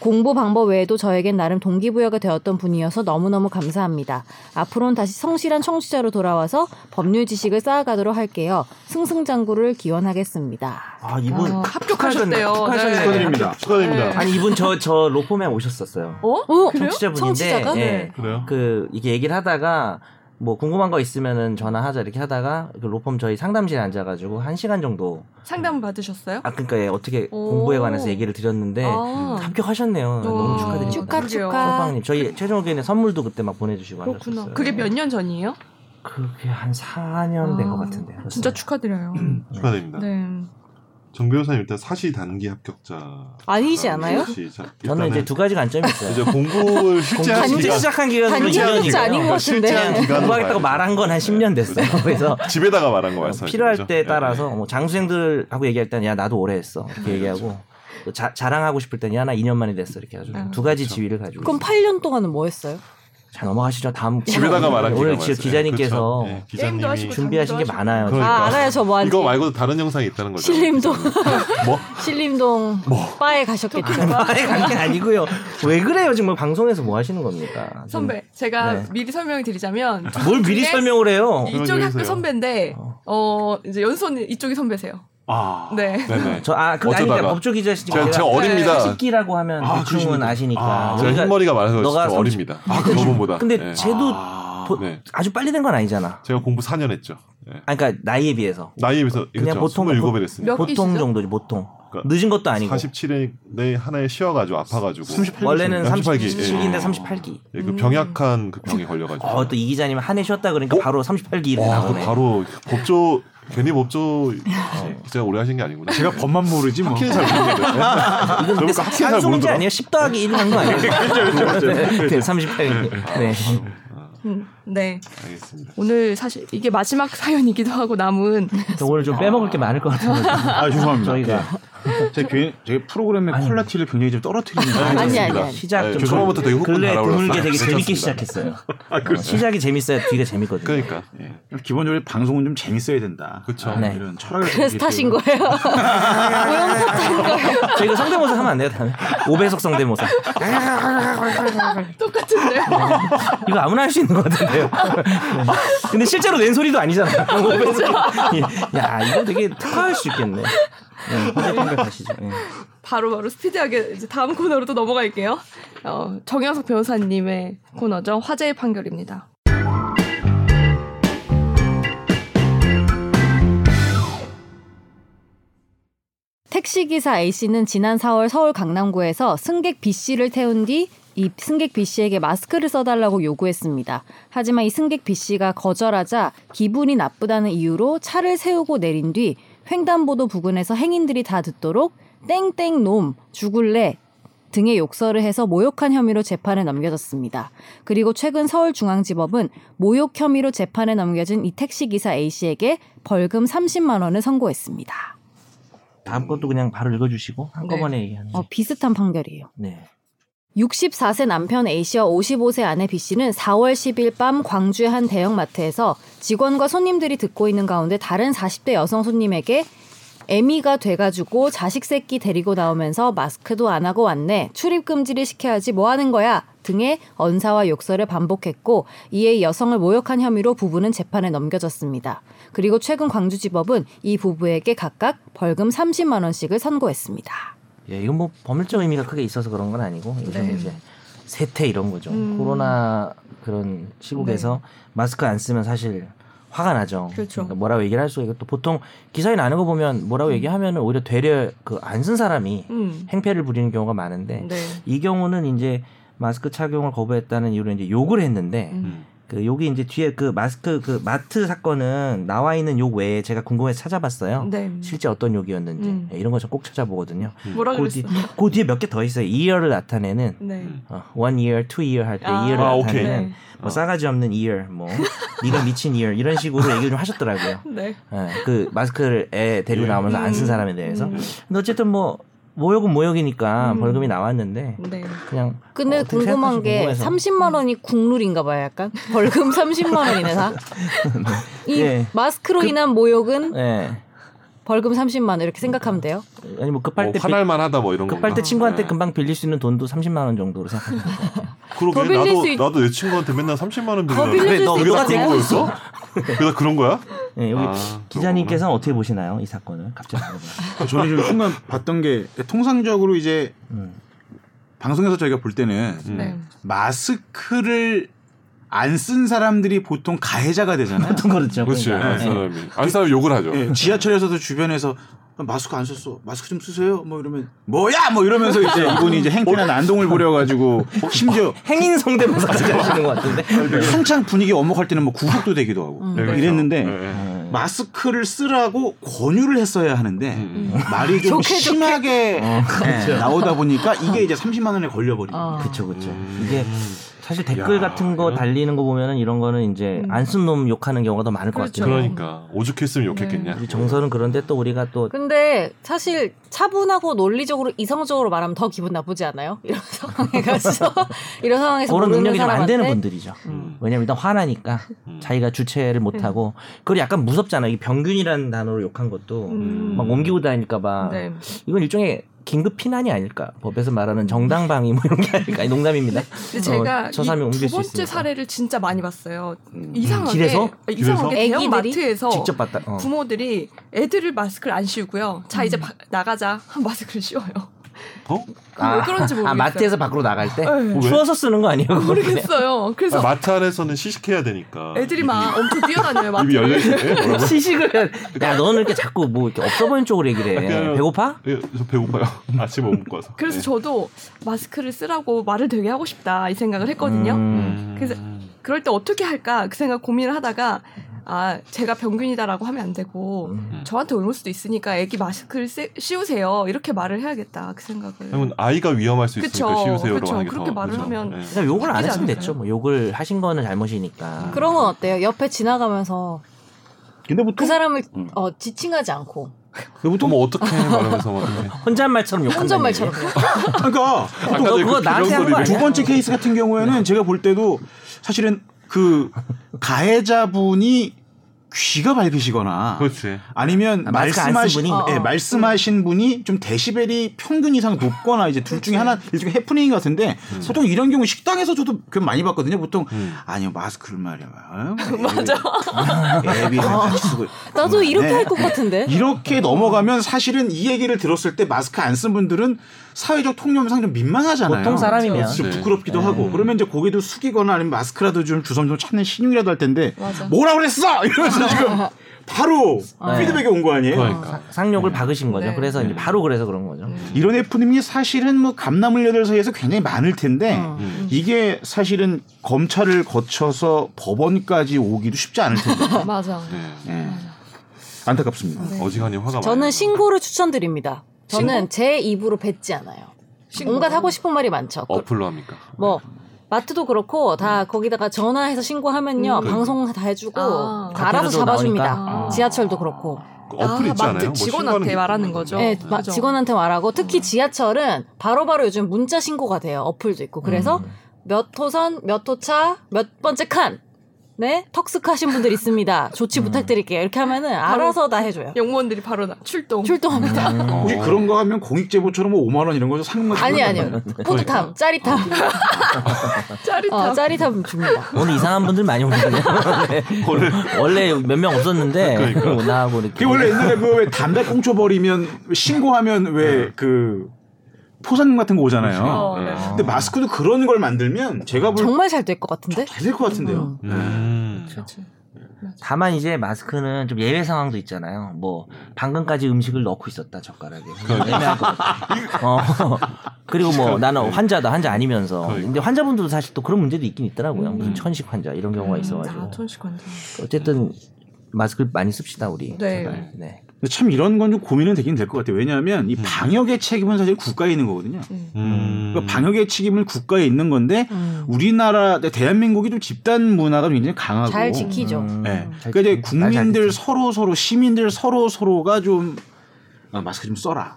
F: 공부 방법 외에도 저에겐 나름 동기부여가 되었던 분이어서 너무너무 감사합니다. 앞으로는 다시 성실한 청취자로 돌아와서 법률 지식을 쌓아가도록 할게요. 승승장구를 기원하겠습니다.
C: 아 이분
B: 아, 합격하셨대요. 네.
C: 축하하셨네요.
D: 축하드립니다.
E: 축하드립니다.
C: 아니 이분 저 저 로펌에 오셨었어요.
B: 어?
F: 오,
C: 청취자분인데
F: 청취자가?
C: 예.
E: 그래요?
C: 그 이게 얘기를 하다가 뭐 궁금한 거 있으면은 전화하자 이렇게 하다가 그 로펌 저희 상담실에 앉아가지고 한 시간 정도
B: 상담 받으셨어요?
C: 아 그러니까 예, 어떻게
B: 오.
C: 공부에 관해서 얘기를 드렸는데
B: 아.
C: 합격하셨네요. 네. 너무 축하드립니다.
F: 축하
B: 그러게요.
F: 축하.
C: 소방님 저희 최종 의견에 선물도 그때 막 보내주시고
B: 그렇구나.
C: 하셨어요.
B: 그게 몇 년 전이에요?
C: 그게 한 4년 된 것 같은데요. 벌써.
B: 진짜 축하드려요.
C: 음.
E: 축하드립니다.
B: 네.
E: 정 변호사님 일단 사시 단기 합격자
F: 아니지 않아요?
E: 혹시 자-
C: 저는 이제
E: 일단은
C: 두 가지 관점이 있어요.
E: 이제 공부를 실제 한
F: 단지
C: 공부
E: 기간
C: 시작한 기간은
F: 단지 합격자
C: 2년이고요.
F: 아닌 것
E: 실제한
F: 같은데.
E: 기간
C: 공부하겠다고 말한 건 한 10년 됐어요. 그래서
E: 집에다가 말한 거
C: 어,
E: 말씀.
C: 필요할
E: 예.
C: 때에 따라서 뭐 장수생들하고 얘기할 때는 야 나도 오래 했어 이렇게
E: 네, 그렇죠.
C: 얘기하고 또 자, 자랑하고 싶을 때는 야나 2년 만에 됐어 이렇게 해가지고 두 가지
E: 그렇죠.
C: 지위를 가지고
F: 그럼
C: 있어요.
F: 8년 동안은 뭐 했어요?
C: 자 넘어가시죠 다음
E: 네. 집에다가 말한
C: 오늘
E: 기간
C: 지-
E: 말씀.
C: 기자님께서
E: 예, 그렇죠. 예,
B: 게임도
E: 기자님이
B: 하시고
C: 준비하신 게
B: 장도
C: 많아요
E: 그러니까.
F: 아, 알아요. 저 뭐 하는지.
E: 이거 말고도 다른 영상이 있다는 거죠.
F: 신림동.
E: 뭐?
F: 신림동 바에 가셨겠죠.
C: 말에 간게 아니고요 왜 그래요 지금 방송에서 뭐 하시는 겁니까
B: 선배, 제가
C: 네. 아,
B: 미리 설명을 드리자면
C: 뭘 미리
B: 근데
C: 설명을 해요
B: 이쪽이 학교
E: 해주세요.
B: 선배인데 어 이제 연손 이쪽이 선배세요.
D: 아.
B: 네.
E: 네네.
C: 저아 그게 아니라
E: 어쩌다가.
C: 법조 기자시니까
E: 제가, 제가 어립니다.
C: 10기라고 하면
D: 아,
C: 대충은
D: 그러십니까?
C: 아시니까
D: 아,
E: 제가
C: 우리가-
E: 흰머리가 많아서
C: 네. 너가 삼십-
E: 진짜
C: 네.
E: 어립니다. 아, 저분보다.
C: 근데
E: 예.
C: 쟤도
D: 아.
C: 보-
E: 네.
C: 아주 빨리 된 건 아니잖아
E: 제가 공부 4년 했죠. 예.
C: 아 그러니까 나이에 비해서
E: 나이에 비해서
C: 그냥
E: 그냥
C: 보통-
E: 보통 27에 됐으니까.
B: 몇
C: 보통
B: 기시죠?
C: 정도지 보통
E: 그러니까
C: 늦은 것도 아니고
E: 47에 내 하나에 쉬어가지고 아파가지고.
D: 38
C: 원래는
E: 38 기.
C: 37기인데
E: 예.
C: 38기.
E: 예, 그 병약한 그 병에 걸려가지고.
C: 어, 또 이 기자님 한 해 쉬었다 그러니까 바로 38기 일에
E: 어? 와, 그
C: 나오네. 네.
E: 바로 법조 괜히 법조 기자가 오래 하신 게 아니구나.
D: 제가 법만 모르지 뭐.
E: 학회는 잘
C: 아.
E: 모르겠는데.
C: 이건 근데
E: 그러니까 학생 잘
C: 산수문제
E: 모르더라.
C: 아니에요? 10 더하기 1한 거 아니에요? 네, 네, 38기. 네.
B: 음, 네.
E: 알겠습니다.
B: 오늘 사실 이게 마지막 사연이기도 하고 남은
C: 저 오늘 좀 빼먹을 게 많을 것 같은데.
D: 아 죄송합니다.
C: 저희가.
D: 예. 제 괜히 제 프로그램의 퀄리티를 굉장히 좀 떨어뜨리는.
F: 아니, 아니,
E: 알겠습니다.
F: 아니.
C: 시작 좀.
E: 네, 처음부터 되게 후끈
C: 근래
E: 달아올랐어요.
C: 드물게 되게 재밌게
E: 괜찮습니다. 아, 그렇죠.
C: 시작했어요. 시작이 재밌어야 뒤가 재밌거든요.
E: 그러니까.
D: 예. 기본적으로 방송은 좀 재밌어야 된다.
E: 그쵸.
D: 아,
C: 네.
D: 이런 철학을 가지고
F: 그래서 타신
D: 있기
F: 거예요. 무용사타신 거예요.
C: 저 이거 성대모사 하면 안 돼요, 다음에? 5배속 성대모사.
B: 똑같은데.
C: 네. 이거 아무나 할 수 있는 것 같은데요. 네. 근데 실제로 낸 소리도 아니잖아요. 5배속. 야, 이거 되게 특화할 수 있겠네. 네, 화제평가 가시죠. 네.
B: 바로바로 스피디하게 이제 다음 코너로 또 넘어갈게요. 어, 정현석 변호사님의 코너죠. 화제의 판결입니다.
F: 택시기사 A씨는 지난 4월 서울 강남구에서 승객 B씨를 태운 뒤 이 승객 B씨에게 마스크를 써달라고 요구했습니다. 하지만 이 승객 B씨가 거절하자 기분이 나쁘다는 이유로 차를 세우고 내린 뒤 횡단보도 부근에서 행인들이 다 듣도록 땡땡놈 죽을래 등의 욕설을 해서 모욕한 혐의로 재판에 넘겨졌습니다. 그리고 최근 서울중앙지법은 모욕 혐의로 재판에 넘겨진 이 택시기사 A씨에게 벌금 30만 원을 선고했습니다.
H: 네.
C: 다음 것도 그냥 바로 읽어주시고 한꺼번에 얘기하는.
F: 어, 비슷한 판결이에요.
C: 네.
F: 64세 남편 A씨와 55세 아내 B씨는 4월 10일 밤 광주의 한 대형마트에서 직원과 손님들이 듣고 있는 가운데 다른 40대 여성 손님에게 애미가 돼가지고 자식 새끼 데리고 나오면서 마스크도 안 하고 왔네. 출입금지를 시켜야지 뭐 하는 거야. 등의 언사와 욕설을 반복했고 이에 이 여성을 모욕한 혐의로 부부는 재판에 넘겨졌습니다. 그리고 최근 광주지법은 이 부부에게 각각 벌금 30만 원씩을 선고했습니다.
C: 예, 이건 뭐 법률적 의미가 크게 있어서 그런 건 아니고 요즘
H: 네.
C: 이제 세태 이런 거죠.
H: 음.
C: 코로나 그런 시국에서 마스크 안 쓰면 사실 화가 나죠.
H: 네. 그렇죠.
C: 러니까 뭐라고 얘기를 할 수가 있고 또 보통 기사에 나는 거 보면 뭐라고 얘기하면 은 오히려 되려 그 안 쓴 사람이
H: 음.
C: 행패를 부리는 경우가 많은데
H: 네.
C: 이 경우는 이제 마스크 착용을 거부했다는 이유로 이제 욕을 했는데
D: 음.
C: 그 여기 이제 뒤에 그 마스크 그 마트 사건은 나와 있는 욕 외에 제가
B: 음.
C: 궁금해서 찾아봤어요.
H: 네.
C: 실제 어떤 욕이었는지
H: 음.
C: 예, 이런 거 저 꼭 찾아보거든요.
H: 뭐라
C: 그, 뒤,
H: 그랬어?
C: 그 뒤에 몇 개 더 있어요. 2열을 나타내는
H: 네.
C: 어, one year, two year 할 때
H: 아.
C: 2열을
E: 아, 오케이.
C: 나타내는
H: 네.
C: 뭐 싸가지 없는 2열, 뭐 네가 미친 2열 이런 식으로 얘기를 좀 하셨더라고요.
H: 네.
C: 예, 그 마스크를 애 데리고
E: 예.
C: 나오면서 안 쓴
H: 음.
C: 사람에 대해서.
H: 음.
B: 네.
C: 근데 어쨌든 뭐 모욕은 모욕이니까
H: 음.
C: 벌금이 나왔는데
H: 네.
C: 그냥
F: 근데
C: 어떻게
F: 궁금한
C: 생각하실지
F: 게
C: 궁금해서.
F: 30만 원이 국룰인가 봐요, 약간. 벌금 30만 원이네, 다. 이
C: 예.
F: 마스크로 인한 모욕은
C: 예.
F: 벌금 30만 원 이렇게 생각하면 돼요.
C: 아니 뭐 급할
E: 뭐
C: 때 빌-
E: 화날 만하다 뭐 이런 거.
C: 급할 때 친구한테 금방 빌릴 수 있는 돈도 30만 원 정도로 생각합니다.
E: 그러게
F: 더 빌릴
E: 나도
F: 수 있-
E: 나도 내 친구한테 맨날 30만 원
F: 더
E: 빌려.
F: 빌려줄 수
E: 그게 다 그런
F: 있잖아요.
E: 거였어? 그게 다 그런 거야?
C: 예, 여기
E: 아,
C: 기자님께서는 어떻게 보시나요 이 사건을? 갑자기 물어봐요.
D: 저는 지금 순간 봤던 게 통상적으로 이제
C: 음.
D: 방송에서 저희가 볼 때는
E: 음.
B: 네.
D: 마스크를 안 쓴 사람들이 보통 가해자가 되잖아요.
C: 그렇죠.
E: 그렇지. 안
C: 그러니까. 예.
E: 사람이 안 사람이 욕을 하죠.
C: 네.
D: 예, 지하철에서도 주변에서 마스크 안 썼어. 마스크 좀 쓰세요. 뭐 이러면 뭐야 뭐 이러면서 이제 이분이 이제 행패나 난동을 부려가지고 심지어
C: 행인 성대모사까지 하시는 것 같은데.
D: 한창 분위기 엄혹할 때는 뭐 구속도 되기도 하고
E: 네, 그렇죠.
D: 이랬는데
E: 예, 예.
F: 네.
D: 마스크를 쓰라고 권유를 했어야 하는데
E: 음. 어, 그렇죠.
D: 말이 좀
F: 좋게, 좋게.
D: 심하게 예, 나오다 보니까 이게 이제 30만 원에 걸려버리고
F: 어.
C: 그렇죠, 그렇죠.
E: 음.
C: 이게 사실 댓글
E: 야,
C: 같은 거
E: 이런-
C: 달리는 거 보면은 이런 거는 이제
F: 음.
C: 안 쓴 놈 욕하는 경우가 더 많을 것
H: 그렇죠.
C: 같아요.
E: 그러니까 오죽했으면 욕했겠냐.
C: 우리 정서는 그런데 또 우리가 또
F: 근데 사실 차분하고 논리적으로 이성적으로 말하면 더 기분 나쁘지 않아요? 이런 상황에 가서 이런 상황에서
C: 그런
F: 모르는
C: 능력이 좀 안 되는
F: 사람한테?
C: 분들이죠.
E: 음.
C: 왜냐면 일단 화나니까
E: 음.
C: 자기가 주체를 못하고 그리고 약간 무섭잖아요. 이 병균이라는 단어로 욕한 것도
H: 음.
C: 막 옮기고 다니까봐
H: 네.
C: 이건 일종의 긴급 피난이 아닐까 법에서 말하는 정당방위 뭐 이런 게 아닐까 농담입니다.
B: 근데 제가
C: 어, 저 사람이
B: 이
C: 옮길
B: 두
C: 수
B: 번째
C: 있으니까. 음.
B: 사례를 진짜 많이 봤어요. 이상하게
C: 길에서?
B: 아, 이상하게
F: 길에서?
B: 대형
F: 애기들이?
B: 마트에서
C: 직접 봤다. 어. 음.
B: 부모들이 애들을 마스크를 안 씌우고요. 자 이제 바- 나가자. 한 마스크를 씌워요.
E: 어?
B: 왜 그런지 모르겠어요.
C: 아 마트에서 밖으로 나갈 때
B: 네.
C: 추워서 쓰는 거 아니에요? 그거 그냥?
B: 모르겠어요. 그래서
E: 아, 마트 안에서는 시식해야 되니까.
B: 애들이 막 엄청 뛰어다녀요.
C: 그
B: 마트.
E: 입이 열려 있는데. 뭐라고?
C: 시식을 해. 야 너는 이렇게 자꾸 뭐 이렇게 없어 보이는 쪽으로 얘기를 해.
B: 네.
E: 그냥-
C: 배고파?
E: 예, 저 배고파요. 아침 못 먹고 와서.
B: 그래서
E: 예.
B: 저도 마스크를 쓰라고 말을 되게 하고 싶다 이 생각을 했거든요.
C: 음.
E: 음.
B: 그래서 그럴 때 어떻게 할까 그 생각 고민을 하다가 아 제가 병균이다라고 하면 안 되고
E: 음.
B: 저한테 옮을 수도 있으니까 애기 마스크를 씌- 씌우세요 이렇게 말을 해야겠다 그 생각을
E: 그러면 아이가 위험할 수
B: 그쵸,
E: 있으니까 씌우세요라고
B: 그쵸.
E: 하는 게
B: 그렇게
E: 더,
B: 말을 하면-
E: 예.
C: 그냥 욕을 안
B: 바뀌지
C: 했으면
B: 않을까요?
C: 됐죠. 뭐 욕을 하신 거는 잘못이니까.
F: 그런 건 어때요? 옆에 지나가면서
D: 근데 보통
F: 그 사람을
D: 음.
F: 어, 지칭하지 않고
E: 보통 뭐 어떻게 말하면서 막 이렇게.
C: 혼잣말처럼 욕한다.
F: 혼잣말처럼
D: 그러니까
E: 아까도
C: 너 그거
E: 그
C: 나한테
E: 규정
C: 한거
E: 소리를-
D: 두 번째 케이스 같은 경우에는
F: 네.
D: 제가 볼 때도 사실은 그 가해자분이 귀가 밝으시거나
E: 그렇지.
D: 아니면
C: 아, 마스크 안쓴
D: 말씀하신
C: 분이?
D: 분이?
F: 어, 어.
D: 말씀하신 분이 좀 데시벨이 평균 이상 높거나 이제 둘 중에 하나 일종의 해프닝 같은데 보통 이런 경우 식당에서 저도 그 많이 봤거든요. 보통
E: 음.
D: 아니요 마스크를 예, 말이야. 맞아. 애비 같이 쓰고
F: 나도 이렇게
D: 네.
F: 할 것 같은데
D: 이렇게 넘어가면 사실은 이 얘기를 들었을 때 마스크 안 쓴 분들은 사회적 통념상 좀 민망하잖아요.
C: 보통 사람이면.
D: 좀
E: 네.
D: 부끄럽기도 하고 그러면 이제 고개도 숙이거나 아니면 마스크라도 좀 주섬주섬 찾는 신용이라도 할 텐데
B: 맞아.
D: 뭐라 그랬어 이러면서 지금 바로 피드백이 온 거 아니에요?
E: 그러니까.
C: 상욕을 박으신 거죠.
B: 네.
C: 그래서 이제 바로 그래서 그런 거죠.
D: 이런 F님이 사실은 뭐 감나물려들 사이에서 굉장히 많을 텐데
E: 어. 음.
D: 이게 사실은 검찰을 거쳐서 법원까지 오기도 쉽지 않을 텐데
B: 맞아
E: 네.
D: 예. 안타깝습니다.
E: 어지간히 화가
F: 저는
E: 많아요.
F: 신고를 추천드립니다. 저는 제 입으로 뱉지 않아요. 온갖 하고 싶은 말이 많죠. 그-
E: 어플로 합니까?
F: 뭐 마트도 그렇고 다 거기다가 전화해서 신고하면요
E: 음.
F: 방송 다 해주고
B: 아.
F: 알아서
C: 카페에서도
F: 잡아줍니다.
C: 나오니까.
F: 지하철도 그렇고
E: 그 어플
B: 아,
E: 있지 않아요?
B: 마트
E: 뭐
B: 직원한테
E: 신고하는
B: 말하는
E: 거.
B: 거죠.
F: 네, 마-
B: 그죠.
F: 직원한테 말하고 특히 지하철은 바로바로 요즘 문자 신고가 돼요. 어플도 있고. 그래서 몇 호선, 몇 호차, 몇 번째 칸. 네, 턱스크하신 분들 있습니다. 조치 부탁드릴게요. 이렇게 하면은 알아서 다 해줘요.
B: 영무원들이 바로 나- 출동.
F: 출동합니다.
E: 음.
D: 우리 그런 거 하면 공익제보처럼 뭐 5만 원 이런 거죠 상금 같은
F: 아니
D: 거.
F: 아니요, 뿌듯함, 짜릿함,
B: 아, 짜릿함.
F: 어, 짜릿함 줍니다.
C: 오늘 이상한 분들 많이 오시네요. 네.
E: 오늘
C: 원래 몇 명 없었는데 뭐 나하고 이렇게.
D: 아, 그러니까. 그게 원래 옛날에 그 왜 담배 꽁초 버리면 신고하면
C: 네.
D: 왜 그 포상 같은 거 오잖아요.
C: 그렇죠.
B: 어, 네.
D: 근데 마스크도 그런 걸 만들면 제가 볼잘될 것
F: 정말 어. 잘 될 것 같은데?
D: 같은데요.
E: 음.
B: 그렇지.
C: 다만 이제 마스크는 좀 예외 상황도 있잖아요. 뭐 방금까지 음식을 넣고 있었다 젓가락에.
D: 그러니까.
C: 애매할 것 같아. 어. 그리고 뭐 나는 환자다 환자 아니면서.
D: 그러니까.
C: 근데 환자분들도 사실 또 그런 문제도 있긴 있더라고요.
D: 음.
C: 무슨 천식 환자 이런 경우가
B: 아,
C: 있어가지고.
B: 천식 환자.
C: 어쨌든 마스크를 많이 씁시다 우리.
B: 네.
C: 제발. 네.
D: 근데 참 이런 건 좀 고민은 되긴 될 것 같아요. 왜냐하면
C: 음.
D: 이 방역의 책임은 사실 국가에 있는 거거든요.
E: 음.
D: 그러니까 방역의 책임은 국가에 있는 건데
F: 음.
D: 우리나라 대한민국이 좀 집단 문화가 굉장히 강하고
F: 잘 지키죠.
D: 네.
C: 음. 잘
D: 그러니까 이제
C: 지키죠. 날잘
D: 국민들
C: 지키죠.
D: 서로 서로 시민들 서로 서로가 좀 아, 마스크 좀 써라.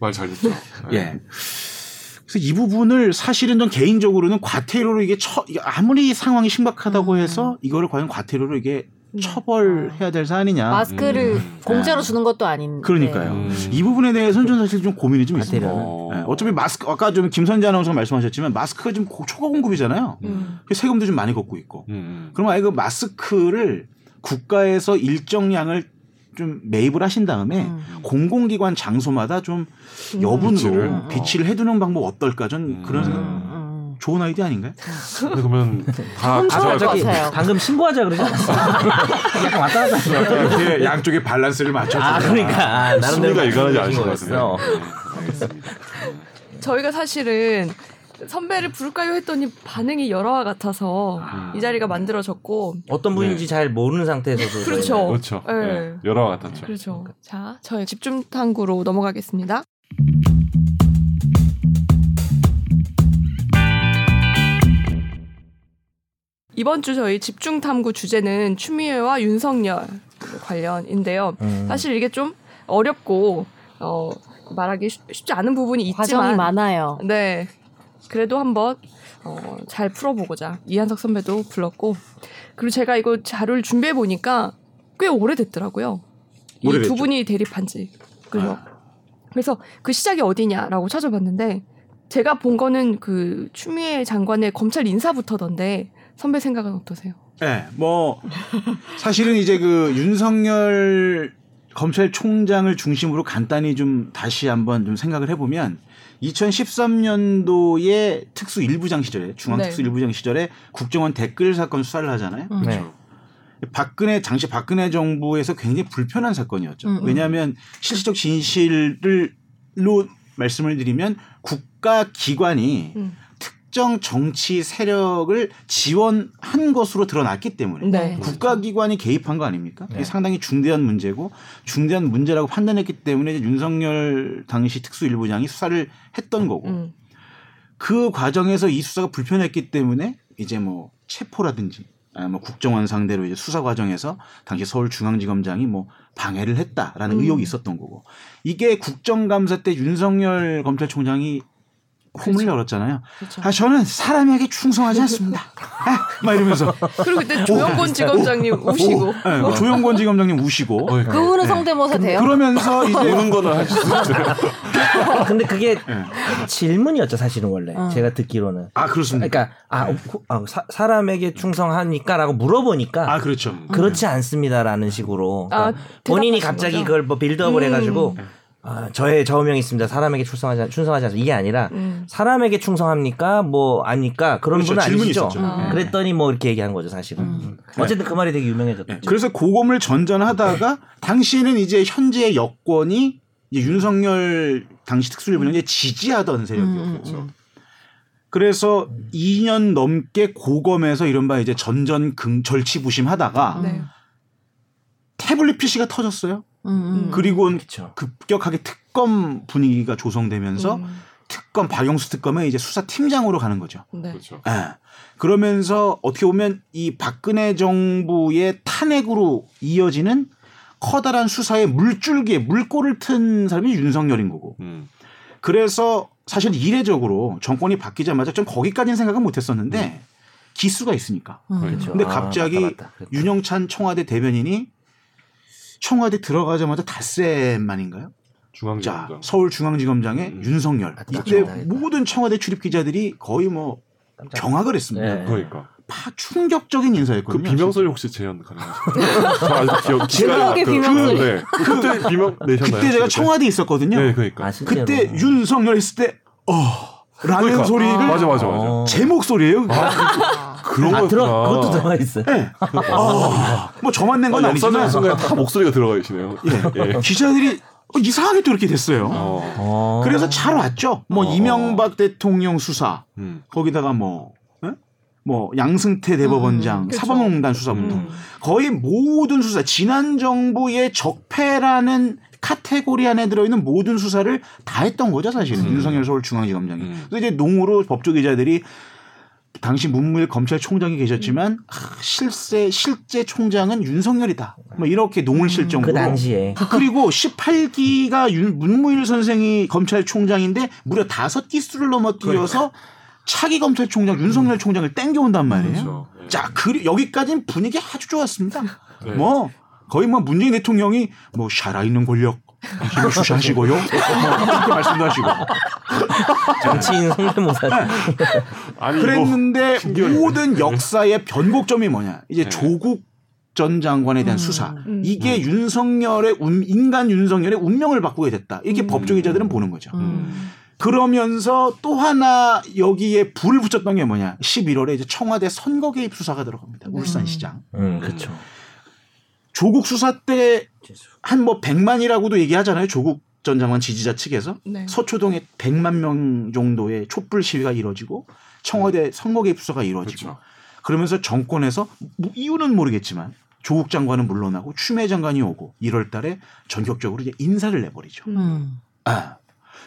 E: 말잘 듣죠.
D: 예. 그래서 이 부분을 사실은 전 개인적으로는 과태료로 이게 처 이게 아무리 상황이 심각하다고 해서 이거를 과연 과태료로 이게 처벌해야 될 사안이냐.
F: 마스크를
E: 음.
F: 공짜로 주는 것도 아닌데. 네.
D: 그러니까요.
E: 음.
D: 이 부분에 대해서는 전 사실 좀 고민이 좀 있습니다.
E: 과태료는?
D: 예, 어차피 마스크 아까 좀 김선재 아나운서가 말씀하셨지만 마스크가 지금 고- 초과 공급이잖아요. 그래서 세금도 좀 많이 걷고 있고.
E: 음.
D: 그럼 아예 그 마스크를 국가에서 일정량을 좀 매입을 하신 다음에 공공기관 장소마다 좀
B: 음.
D: 여분으로
E: 비치를?
D: 비치를 해두는 방법 어떨까? 전 그런 생각
F: 음.
D: 좋은 아이디어 아닌가요?
E: 근데 그러면 다 가져갈
F: 훔쳐갈 것
C: 저기
F: 같아요.
C: 방금 신고하자 그러지 않았어? 약간 왔다 갔다 하시네요.
D: 이렇게 양쪽의 밸런스를 맞춰서
C: 아 그러니까 아, 나름대로
E: 순위가 일관하지
C: 말씀하신
E: 않으신 것
C: 거였어.
E: 같은데. 음.
B: 저희가 사실은 선배를 부를까요 했더니 반응이 열화와 같아서 이 자리가 만들어졌고
C: 어떤 분인지 잘 모르는 상태에서도
B: 그렇죠.
E: 그렇죠.
B: 네.
E: 네. 여러 와 같았죠.
B: 그렇죠. 자, 저희 집중 탐구로 넘어가겠습니다. 이번 주 저희 집중 탐구 주제는 추미애와 윤석열 관련인데요.
C: 음.
B: 사실 이게 좀 어렵고 어, 말하기 쉽- 쉽지 않은 부분이
F: 과정이
B: 있지만
F: 많아요.
B: 네. 그래도 한번 어, 잘 풀어보고자 이한석 선배도 불렀고 그리고 제가 이거 자료를 준비해 보니까 꽤 오래됐더라고요. 이 두
D: 오래됐죠.
B: 분이 대립한 지 그죠?
D: 아.
B: 그래서 그 시작이 어디냐라고 찾아봤는데 제가 본 거는 그 추미애 장관의 검찰 인사부터던데 선배 생각은 어떠세요?
D: 네, 뭐 사실은 이제 그 윤석열 검찰총장을 중심으로 간단히 좀 다시 한번 좀 생각을 해보면 2013년도에 특수 일부장 시절에 중앙
B: 네.
D: 특수 일부장 시절에 국정원 댓글 사건 수사를 하잖아요.
C: 네.
D: 박근혜 당시 박근혜 정부에서 굉장히 불편한 사건이었죠.
F: 음, 음.
D: 왜냐하면 실질적 진실을로 말씀을 드리면 국가 기관이
B: 음.
D: 특정 정치 세력을 지원한 것으로 드러났기 때문에
B: 네.
D: 국가기관이 개입한 거 아닙니까? 이게 상당히 중대한 문제고 중대한 문제라고 판단했기 때문에 이제 윤석열 당시 특수일부장이 수사를 했던 거고
B: 음.
D: 그 과정에서 이 수사가 불편했기 때문에 이제 뭐 체포라든지 아, 뭐 국정원 상대로 이제 수사 과정에서 당시 서울중앙지검장이 뭐 방해를 했다라는
B: 음.
D: 의혹이 있었던 거고 이게 국정감사 때 윤석열 검찰총장이 홈을 열었잖아요.
B: 그렇죠.
D: 아 저는 사람에게 충성하지 않습니다. 아, 막 이러면서
B: 그리고 그때 조영권 지검장님 우시고
D: 예, 뭐 조영권 지검장님 우시고
E: 어,
F: 그 후는 성대모사 돼요?
D: 네, 그러면서 이제
E: 우는 거는 할수 있어요.
C: 아, 근데 그게 질문이었죠 사실은 원래
B: 어.
C: 제가 듣기로는.
D: 아 그렇습니까?
C: 그러니까 아, 어, 호- 아, 사, 사람에게 충성하니까라고 물어보니까
D: 아 그렇죠.
C: 그렇지 않습니다라는 식으로 그러니까
B: 아,
C: 본인이
B: 대답하신
C: 갑자기
B: 거죠?
C: 그걸 뭐 빌드업을
B: 음.
C: 해가지고 아, 저의 저명이 있습니다. 사람에게 충성하지 않- 충성하지 않습니다. 이게 아니라
B: 음.
C: 사람에게 충성합니까? 뭐 아니까 그런
D: 그렇죠.
C: 분은
D: 질문이
C: 아니시죠.
D: 있었죠.
B: 아.
C: 그랬더니 뭐 이렇게 얘기한 거죠 사실은. 음. 어쨌든 그 말이 되게 유명해졌죠.
D: 예, 그래서 고검을 전전하다가 당시에는 이제 현재의 여권이 이제 윤석열 당시 특수일부장이 지지하던
F: 음,
D: 세력이었고
F: 그렇죠.
D: 그래서 2년 넘게 고검에서 이른바 이제 전전 긍 절치부심하다가
B: 네.
D: 태블릿 PC가 터졌어요.
F: 음, 음.
D: 그리고
C: 그렇죠.
D: 급격하게 특검 분위기가 조성되면서
B: 음.
D: 특검 박영수 특검의 이제 수사 팀장으로 가는 거죠.
B: 네.
E: 그렇죠.
D: 예. 그러면서 어떻게 보면 이 박근혜 정부의 탄핵으로 이어지는 커다란 수사에 물줄기에 물꼬를 튼 사람이 윤석열인 거고.
E: 음.
D: 그래서 사실 이례적으로 정권이 바뀌자마자 좀 거기까지는 생각은
E: 음.
D: 못했었는데 기수가 있으니까.
F: 음,
C: 그렇죠.
D: 근데
C: 아,
D: 갑자기
C: 맞다, 맞다. 그랬다.
D: 윤영찬 청와대 대변인이 청와대 들어가자마자 닷새만인가요? 자,
E: 중앙지검장.
D: 서울중앙지검장의
E: 음. 그렇죠.
D: 윤석열.
C: 맞다,
D: 이때
C: 맞다.
D: 모든 청와대 출입 기자들이 거의 뭐
C: 깜짝-
D: 경악을 했습니다.
C: 네.
E: 그러니까
D: 파 충격적인
E: 그
D: 인사였거든요.
E: 비명소리 혹시 재현 가능하세요? 저 아직 기억
F: 즐거우게
E: 그-
F: 비명소리.
E: 그- 네. 그때 비명 내셨나요?
D: 그때 제가 청와대에 있었거든요.
E: 네, 그러니까.
C: 아, 실제로.
D: 그때 윤석열 했을 때 어. 라는
E: 그러니까.
D: 소리를
E: 맞아 아, 맞아 맞아.
C: 어.
D: 제 목소리예요. 그게.
E: 그런
C: 아,
E: 거였구나.
C: 들어, 그것도 들어가 있어요.
D: 네. 아, 뭐 저만 낸 건
E: 그러니까. 아,
D: 아니지만
E: 역사적인 순간에 다 목소리가 들어가 계시네요.
D: 예.
E: 예.
D: 기자들이 어, 이상하게 또 이렇게 됐어요.
E: 어.
C: 어.
D: 그래서 잘 왔죠. 뭐
E: 어.
D: 이명박 대통령 수사
E: 음.
D: 거기다가 뭐. 예? 뭐 양승태 대법원장
B: 그쵸.
D: 사법농단 수사부터
E: 그렇죠. 음.
D: 거의 모든 수사 지난 정부의 적폐라는 카테고리 안에 들어있는 모든 수사를 다 했던 거죠 사실은 윤석열 서울중앙지검장이
E: 음.
D: 그래서 이제 농으로 법조 기자들이 당시 문무일 검찰총장이 계셨지만 아, 실세 실제 총장은 윤석열이다 뭐 이렇게 농을
E: 음.
D: 실
C: 그
D: 정도로
C: 당시에.
D: 그리고 18기가 문무일 선생이 검찰총장인데 무려 다섯 기수를 넘어뛰어서 차기 검찰총장 윤석열 총장을 땡겨온단 말이에요.
E: 음. 그렇죠. 예.
D: 자, 그 여기까지는 분위기 아주 좋았습니다.
E: 네.
D: 뭐 거의 뭐 문재인 대통령이 뭐 살아있는 권력 힘을 주시하시고요. 뭐 이렇게 말씀도 하시고
C: 정치인 성대모사.
D: 네.
E: 아니 뭐. 이거
D: 그랬는데
E: 신기하네. 예.
D: 모든 역사의 변곡점이 뭐냐? 이제
E: 네.
D: 조국 전 장관에 대한 수사 이게 윤석열의 운- 인간 윤석열의 운명을 바꾸게 됐다. 이렇게 법조기자들은 보는
F: 음.
D: 거죠. 그러면서 또 하나 여기에 불을 붙였던 게 뭐냐? 11월에 이제 청와대 선거 개입 수사가 들어갑니다. 울산시장
C: 음, 그렇죠.
D: 조국 수사 때 한 뭐 100만이라고도 얘기하잖아요. 조국 전 장관 지지자 측에서
B: 네.
D: 서초동에 100만 명 정도의 촛불 시위가 이루어지고 청와대 선거 개입 수사가 이루어지고
E: 음. 그렇죠.
D: 그러면서 정권에서 뭐 이유는 모르겠지만 조국 장관은 물러나고 추미애 장관이 오고 1월 달에 전격적으로 이제 인사를 내버리죠.
F: 음.
D: 아.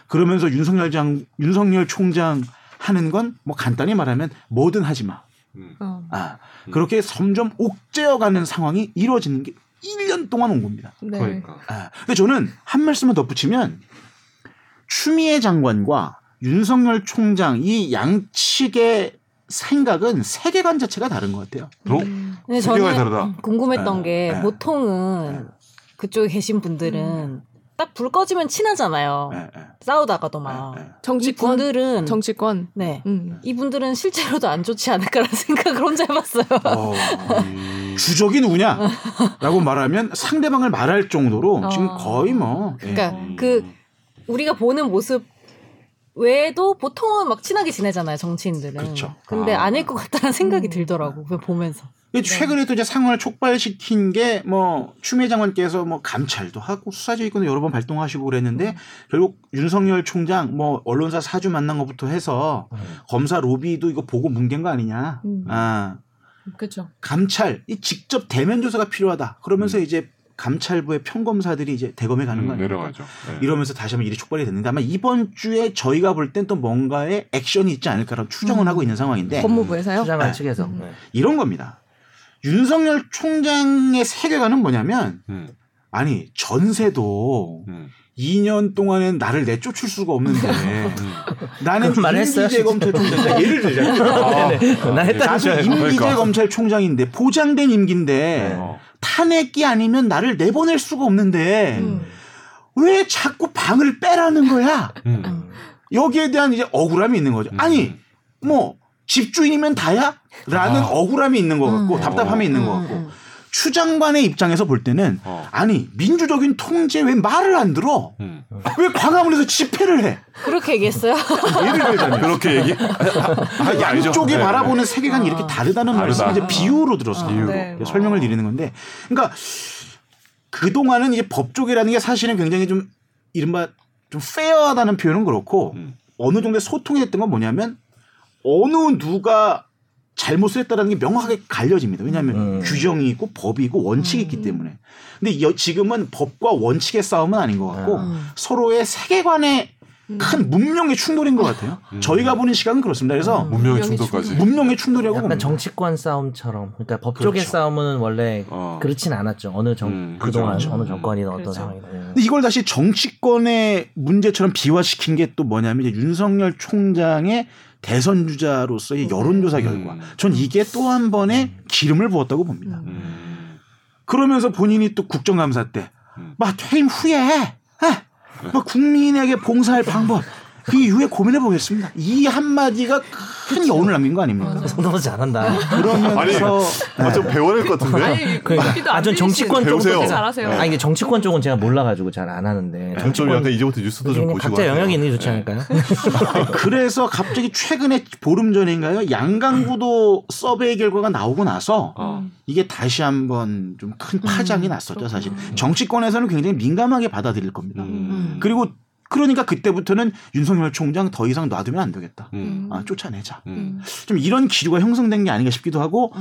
D: 그러면서 윤석열 장 윤석열 총장 하는 건 뭐 간단히 말하면 뭐든 하지 마.
E: 음.
B: 어.
D: 아. 그렇게 점점 옥죄어 가는 상황이 이루어지는 게 1년 동안 온 겁니다.
B: 네.
E: 그러니까.
D: 아, 근데 저는 한 말씀만 덧붙이면 추미애 장관과 윤석열 총장 이 양측의 생각은 세계관 자체가 다른 것 같아요.
E: 어?
B: 음.
F: 근데
E: 세계관이
F: 저는
E: 다르다.
F: 궁금했던 게
D: 네.
F: 보통은 그쪽에 계신 분들은
B: 음.
F: 딱 불 꺼지면 친하잖아요.
D: 예, 예,
F: 싸우다가도
D: 예, 예.
F: 막.
B: 정치권
F: 이분들은
B: 정치권.
F: 네.
B: 음.
F: 이분들은 실제로도 안 좋지 않을까라는 생각을 혼자 해봤어요.
E: 음.
D: 주적이 누구냐라고 말하면 상대방을 말할 정도로 지금
B: 어.
D: 거의 뭐 예.
F: 그러니까
E: 음.
F: 그 우리가 보는 모습 외에도 보통은 막 친하게 지내잖아요 정치인들은.
D: 그렇죠.
F: 근데
E: 아.
F: 아닐 것 같다는 생각이
B: 음.
F: 들더라고 그냥 보면서.
E: 네.
D: 근데 최근에 또 이제 상황을 촉발시킨 게 뭐 추미애 장관께서 뭐 감찰도 하고 수사지휘권도 여러 번 발동하시고 그랬는데
E: 음.
D: 결국 윤석열 총장 뭐 언론사 사주 만난 것부터 해서
E: 음.
D: 검사 로비도 이거 보고 뭉갠 거 아니냐.
B: 음.
D: 아
B: 그렇죠.
D: 감찰 이 직접 대면 조사가 필요하다. 그러면서 이제 감찰부의 평검사들이 이제 대검에 가는 거
E: 음,
D: 아니에요.
E: 내려가죠. 네.
D: 이러면서 다시 한번 일이 촉발이 됐는데 아마 이번 주에 저희가 볼 땐 또 뭔가의 액션이 있지 않을까라고
E: 음.
D: 추정을 하고 있는 상황인데
B: 법무부에서요.
C: 수장관
D: 네.
C: 측에서.
B: 음.
C: 네.
D: 이런 겁니다. 윤석열 총장의 세계관은 뭐냐면
E: 음,
D: 아니 전세도
E: 음,
D: 2년 동안은 나를 내쫓을 수가 없는데
E: 음.
D: 나는
C: 그런 말 했어요, 그러니까.
D: 임기제 검찰총장 예를 들자면
E: 아,
C: 나 했다는 줄
D: 나는
C: 알고.
D: 임기제
E: 그러니까.
D: 검찰총장인데 보장된 임기인데
C: 네.
E: 어.
D: 탄핵이 아니면 나를 내보낼 수가 없는데
C: 음.
D: 왜 자꾸 방을 빼라는 거야?
E: 음.
D: 여기에 대한 이제 억울함이 있는 거죠. 아니
C: 음.
D: 뭐 집주인이면 다야? 라는
E: 아.
D: 억울함이 있는 것
C: 음.
D: 같고 답답함이 있는
F: 음,
D: 것 같고 추장관의 입장에서 볼 때는
E: 어.
D: 아니 민주적인 통제 왜 말을 안 들어?
E: 음.
D: 왜 광화문에서 집회를 해?
F: 그렇게 얘기했어요?
B: 음.
E: 예를 들자면 그렇게 얘기? 아, 이게 아니죠.
D: 양쪽이
E: 네,
D: 바라보는 세계관이 이렇게 다르다는 말씀 이제
E: 다르다.
D: 비유로 들었어요.
E: 비유로.
B: 네.
D: 이제 설명을 드리는 건데, 그러니까 그 동안은 이제 법조계라는 게 사실은 굉장히 좀 이른바 좀 페어하다는 표현은 그렇고
E: 음.
D: 어느 정도 소통이 됐던 건 뭐냐면 어느 누가 잘못을 했다라는 게 명확하게 갈려집니다. 왜냐하면
C: 음.
D: 규정이 있고 법이 있고 원칙이 있기 때문에. 근데 여- 지금은 법과 원칙의 싸움은 아닌 것 같고
C: 음.
D: 서로의 세계관의 큰 문명의 충돌인 것 같아요.
C: 음.
D: 저희가 보는 시각은 그렇습니다. 그래서
E: 문명의
B: 문명의
E: 충돌까지.
D: 문명의 충돌이라고
C: 약간
D: 봅니다.
C: 정치권 싸움처럼 그러니까 법조계
D: 그렇죠.
C: 싸움은 원래
D: 어.
C: 그렇진 않았죠. 어느 정
D: 음, 그죠,
C: 그동안
D: 그죠.
C: 어느 정권이나 어떤
B: 그렇죠.
C: 상황이든.
D: 근데 이걸 다시 정치권의 문제처럼 비화시킨 게 또 뭐냐면 이제 윤석열 총장의 대선 주자로서의 여론조사 결과.
E: 음.
D: 전 이게 또 한 번의 기름을 부었다고 봅니다.
E: 음.
D: 그러면서 본인이 또 국정감사 때,
E: 음.
D: 막 퇴임 후에, 에, 막 국민에게 봉사할 방법, 그 이후에 고민해 보겠습니다. 이 한마디가
E: 그렇죠.
D: 큰 여운을 남긴 거 아닙니까?
C: 손으로 잘한다.
D: 그러면서
E: 아, 좀 배워낼 것 같은데.
B: 아니,
C: 그러니까.
B: 안
C: 아, 전 정치권
E: 배우세요.
C: 쪽도
B: 잘하세요.
C: 아니 근데 정치권 쪽은 제가 몰라가지고 잘 안
D: 네.
C: 하는데
E: 좀
C: 정치권
E: 약간 이제부터 뉴스도 좀
C: 그냥
E: 보시고.
C: 각자
E: 하세요.
C: 네,
E: 네.
C: 영역이 있는 게 좋지 않을까요?
D: 그래서 갑자기 최근에 보름 전인가요? 양강구도 서베이 결과가 나오고 나서
E: 어.
D: 이게 다시 한번 좀 큰 파장이 났었죠, 사실. 정치권에서는 굉장히 민감하게 받아들일 겁니다.
E: 음.
D: 그리고 그러니까 그때부터는 윤석열 총장 더 이상 놔두면 안 되겠다.
E: 음.
D: 아, 쫓아내자.
E: 음.
D: 좀 이런 기류가 형성된 게 아닌가 싶기도 하고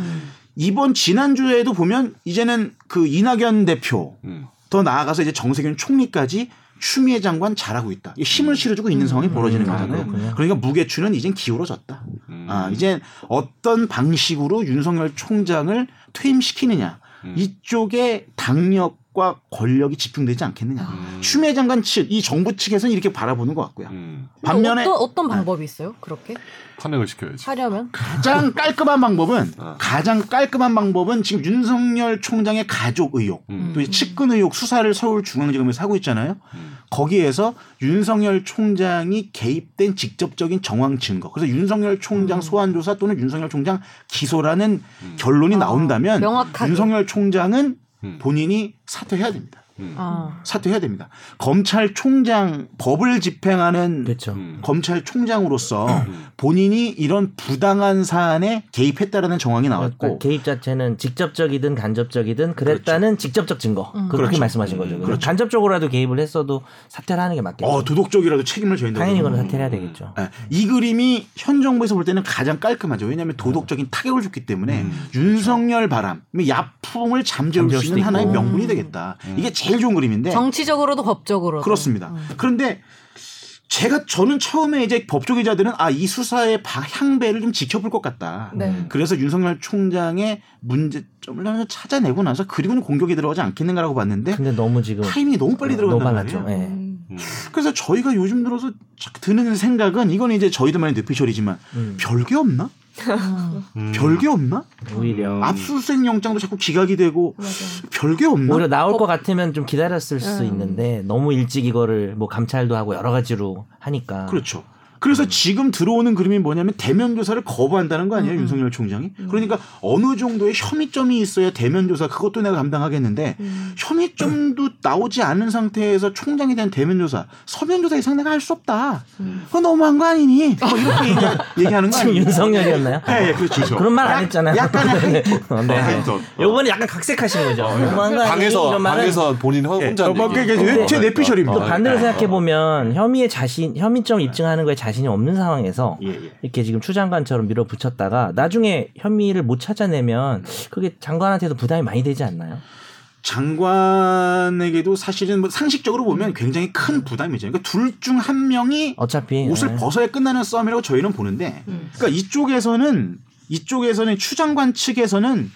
D: 이번 지난주에도 보면 이제는 그 이낙연 대표
E: 음.
D: 더 나아가서 이제 정세균 총리까지 추미애 장관 잘하고 있다. 이 힘을 실어주고 있는 상황이 벌어지는
C: 음, 아,
D: 거잖아요.
C: 그렇군요.
D: 그러니까 무게추는 이젠 기울어졌다.
E: 음.
D: 아, 이제 어떤 방식으로 윤석열 총장을 퇴임시키느냐.
E: 음.
D: 이쪽에 당력과 권력이 집중되지 않겠느냐. 추미애 장관 측, 이 정부 측에서는 이렇게 바라보는 것 같고요.
E: 음.
D: 반면에 네.
F: 어떤, 어떤 방법이 있어요? 그렇게
E: 탄핵을 시켜야지.
F: 하려면
D: 그 가장 깔끔한 방법은
E: 어.
D: 가장 깔끔한 방법은 지금 윤석열 총장의 가족 의혹
E: 음.
D: 또 이제 측근 의혹 수사를 서울중앙지검에서 하고 있잖아요.
E: 음.
D: 거기에서 윤석열 총장이 개입된 직접적인 정황 증거. 그래서 윤석열 총장
C: 음.
D: 소환 조사 또는 윤석열 총장 기소라는
C: 아,
D: 결론이 나온다면
F: 명확하게.
D: 윤석열 총장은
E: 음.
D: 본인이 사퇴해야 됩니다.
E: 음.
F: 아,
D: 사퇴해야 됩니다. 검찰총장 법을 집행하는
C: 그렇죠.
E: 음.
D: 검찰총장으로서
C: 음.
D: 본인이 이런 부당한 사안에 개입했다라는 정황이
C: 그러니까
D: 나왔고
C: 개입 자체는 직접적이든 간접적이든 그랬다는 직접적 증거 그렇게
D: 그렇죠.
C: 말씀하신 거죠.
E: 음,
C: 그렇죠. 간접적으로라도 개입을 했어도 사퇴를 하는 게 맞겠죠.
D: 어, 도덕적이라도 책임을 져야 된다.
C: 당연히 이거는 사퇴해야 되겠죠.
D: 예, 이 그림이 현 정부에서 볼 때는 가장 깔끔하죠. 왜냐하면 도덕적인 타격을 줬기 때문에 윤석열 바람, 야풍을 잠재울
C: 음, 그렇죠. 잠재울
D: 수 있는
C: 수도
D: 하나의
C: 있고. 음.
D: 명분이 되겠다. 이게 제일 좋은 그림인데
F: 정치적으로도 법적으로도
D: 네. 그렇습니다. 그런데 제가 저는 처음에 이제 법조기자들은 아 이 수사의 바- 향배를 좀 지켜볼 것 같다.
B: 네.
D: 그래서 윤석열 총장의 문제점을 하나 찾아내고 나서 그리고는 공격이 들어가지 않겠는가라고 봤는데
C: 근데 너무 지금
D: 타이밍이 너무 빨리
C: 그 너무
D: 들어간단
C: 빨랐죠.
D: 말이에요.
C: 예.
B: 음.
D: 그래서 저희가 요즘 들어서 착 드는 생각은 이건 이제 저희들만의 뇌피셜이지만
C: 음.
D: 별게 없나?
E: 음.
D: 별게 없나?
C: 오히려
D: 음. 압수수색 영장도 자꾸 기각이 되고 별게 없나?
C: 오히려 나올 것 같으면 좀 기다렸을 수
B: 음.
C: 있는데 너무 일찍 이거를 뭐 감찰도 하고 여러 가지로 하니까
D: 그렇죠.
C: 음.
D: 그래서 지금 들어오는 그림이 뭐냐면 대면 조사를 거부한다는 거 아니에요
F: 음, 음.
D: 윤석열 총장이? 그러니까 어느 정도의 혐의점이 있어야 대면 조사 그것도 내가 감당하겠는데
B: 음.
D: 혐의점도 나오지 않은 상태에서 총장에 대한 대면 조사, 서면 조사 이상 내가 할 수 없다.
F: 음.
D: 그거 너무한 거 아니니? 뭐 이렇게 얘기, 하는거
C: 지금
D: 아니에요?
C: 윤석열이었나요?
D: 예, 예, 그렇죠.
C: 그런 말 안 했잖아요.
D: 약간의 어.
C: 네. 네.
E: 하여튼.
C: 요번에 약간 각색하신 거죠. 너무한 거 아니니?
E: 방에서
C: 네. 이런 말은
E: 방에서 본인
D: 예,
E: 혼자 네.
D: 어, 막 이게 제- 제 뇌피셜입니다.
C: 또
E: 아,
C: 반대로 생각해
D: 아.
C: 보면 혐의의 자신 혐의점 입증하는 거에 자신이 없는 상황에서
D: 예, 예.
C: 이렇게 지금 추장관처럼 밀어붙였다가 나중에 혐의를 못
D: 음.
C: 찾아내면 그게 장관한테도 부담이 많이 되지 않나요?
D: 장관에게도 사실은 뭐 상식적으로 보면 굉장히 큰 부담이죠. 그러니까 둘 중 한 명이
C: 어차피
D: 옷을
C: 네.
D: 벗어야 끝나는 싸움이라고 저희는 보는데, 그러니까 이쪽에서는 이쪽에서는 추장관 측에서는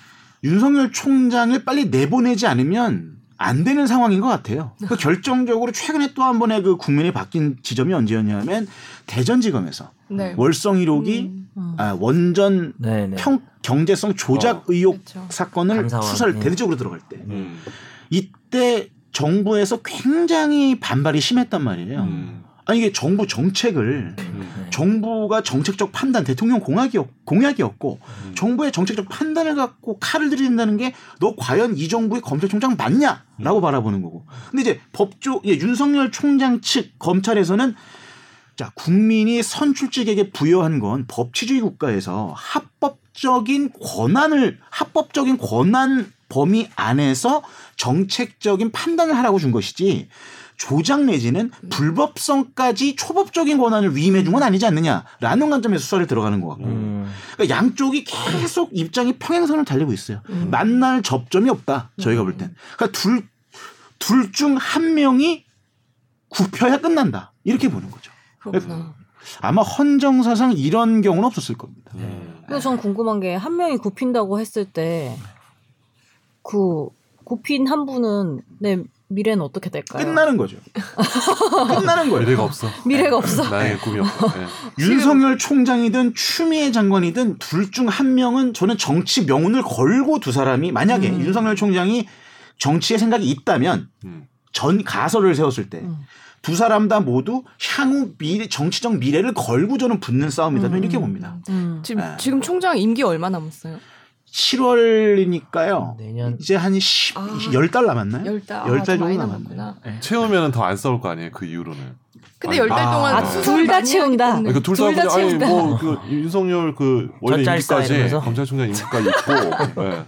D: 윤석열 총장을 빨리 내보내지 않으면 안 되는 상황인 것 같아요. 그 결정적으로 최근에 또 한 번의 그 국면이 바뀐 지점이 언제였냐면 대전지검에서
B: 네. 음,
D: 월성 1호기
F: 음.
D: 아, 원전
C: 네, 네.
D: 평 경제성 조작
E: 어,
D: 의혹
B: 그렇죠.
D: 사건을
C: 감사원,
D: 수사를
C: 네.
D: 대대적으로 들어갈 때
E: 음,
D: 이때 정부에서 굉장히 반발이 심했단 말이에요.
E: 음.
D: 아니 이게 정부 정책을
E: 네.
D: 정부가 정책적 판단 대통령 공약이었, 공약이었고 음. 정부의 정책적 판단을 갖고 칼을 들이댄다는 게 너 과연 이 정부의 검찰총장 맞냐라고 바라보는 거고 근데 이제 법조 예, 윤석열 총장 측 검찰에서는 자 국민이 선출직에게 부여한 건 법치주의 국가에서 합법적인 권한을 합법적인 권한 범위 안에서 정책적인 판단을 하라고 준 것이지 조작 내지는 불법성까지 초법적인 권한을 위임해 준 건 아니지 않느냐라는 관점에서 수사를 들어가는 것 같고
C: 음,
D: 그러니까 양쪽이 계속 입장이 평행선을 달리고 있어요. 만날 접점이 없다. 저희가 볼 땐. 그러니까 둘 둘 중 한 명이 굽혀야 끝난다. 이렇게 보는 거죠.
B: 그렇구나.
D: 아마 헌정사상 이런 경우는 없었을 겁니다.
F: 근데 전 궁금한 게 한 명이 굽힌다고 했을 때 그 굽힌 한 분은 내 미래는 어떻게 될까요?
D: 끝나는 거죠. 끝나는 거예요.
E: 미래가 없어.
F: 미래가 없어.
E: 나의 꿈이 없어. 네.
D: 윤석열 총장이든 추미애 장관이든 둘 중 한 명은 저는 정치 명운을 걸고 두 사람이 만약에 윤석열 총장이 정치에 생각이 있다면
E: 음.
D: 전 가설을 세웠을 때 두 사람 다 모두 향후 미래 정치적 미래를 걸고 저는 붙는 싸움이다 저는 이렇게 봅니다.
F: 음.
B: 지금
D: 네.
B: 지금 총장 임기 얼마 남았어요?
D: 7월이니까요.
C: 내년
D: 이제 한 10,
B: 아.
D: 10달 남았나요?
B: 열 달.
D: 열
B: 아
D: 달 정도
B: 많이
D: 남았네.
B: 남았구나.
E: 채우면은 더 안 싸울 거 아니에요. 그 이후로는.
B: 근데 열 달
D: 아.
B: 동안
D: 아,
B: 수사를
F: 둘다
B: 많이 하기
F: 채운다.
B: 때문에.
E: 그러니까 둘다
F: 둘다
E: 그냥 아니
F: 채운다.
E: 뭐그 윤석열 그 원래
C: 젖잘싸
E: 임기까지
C: 이러면서?
E: 검찰총장 임기까지 있고 예.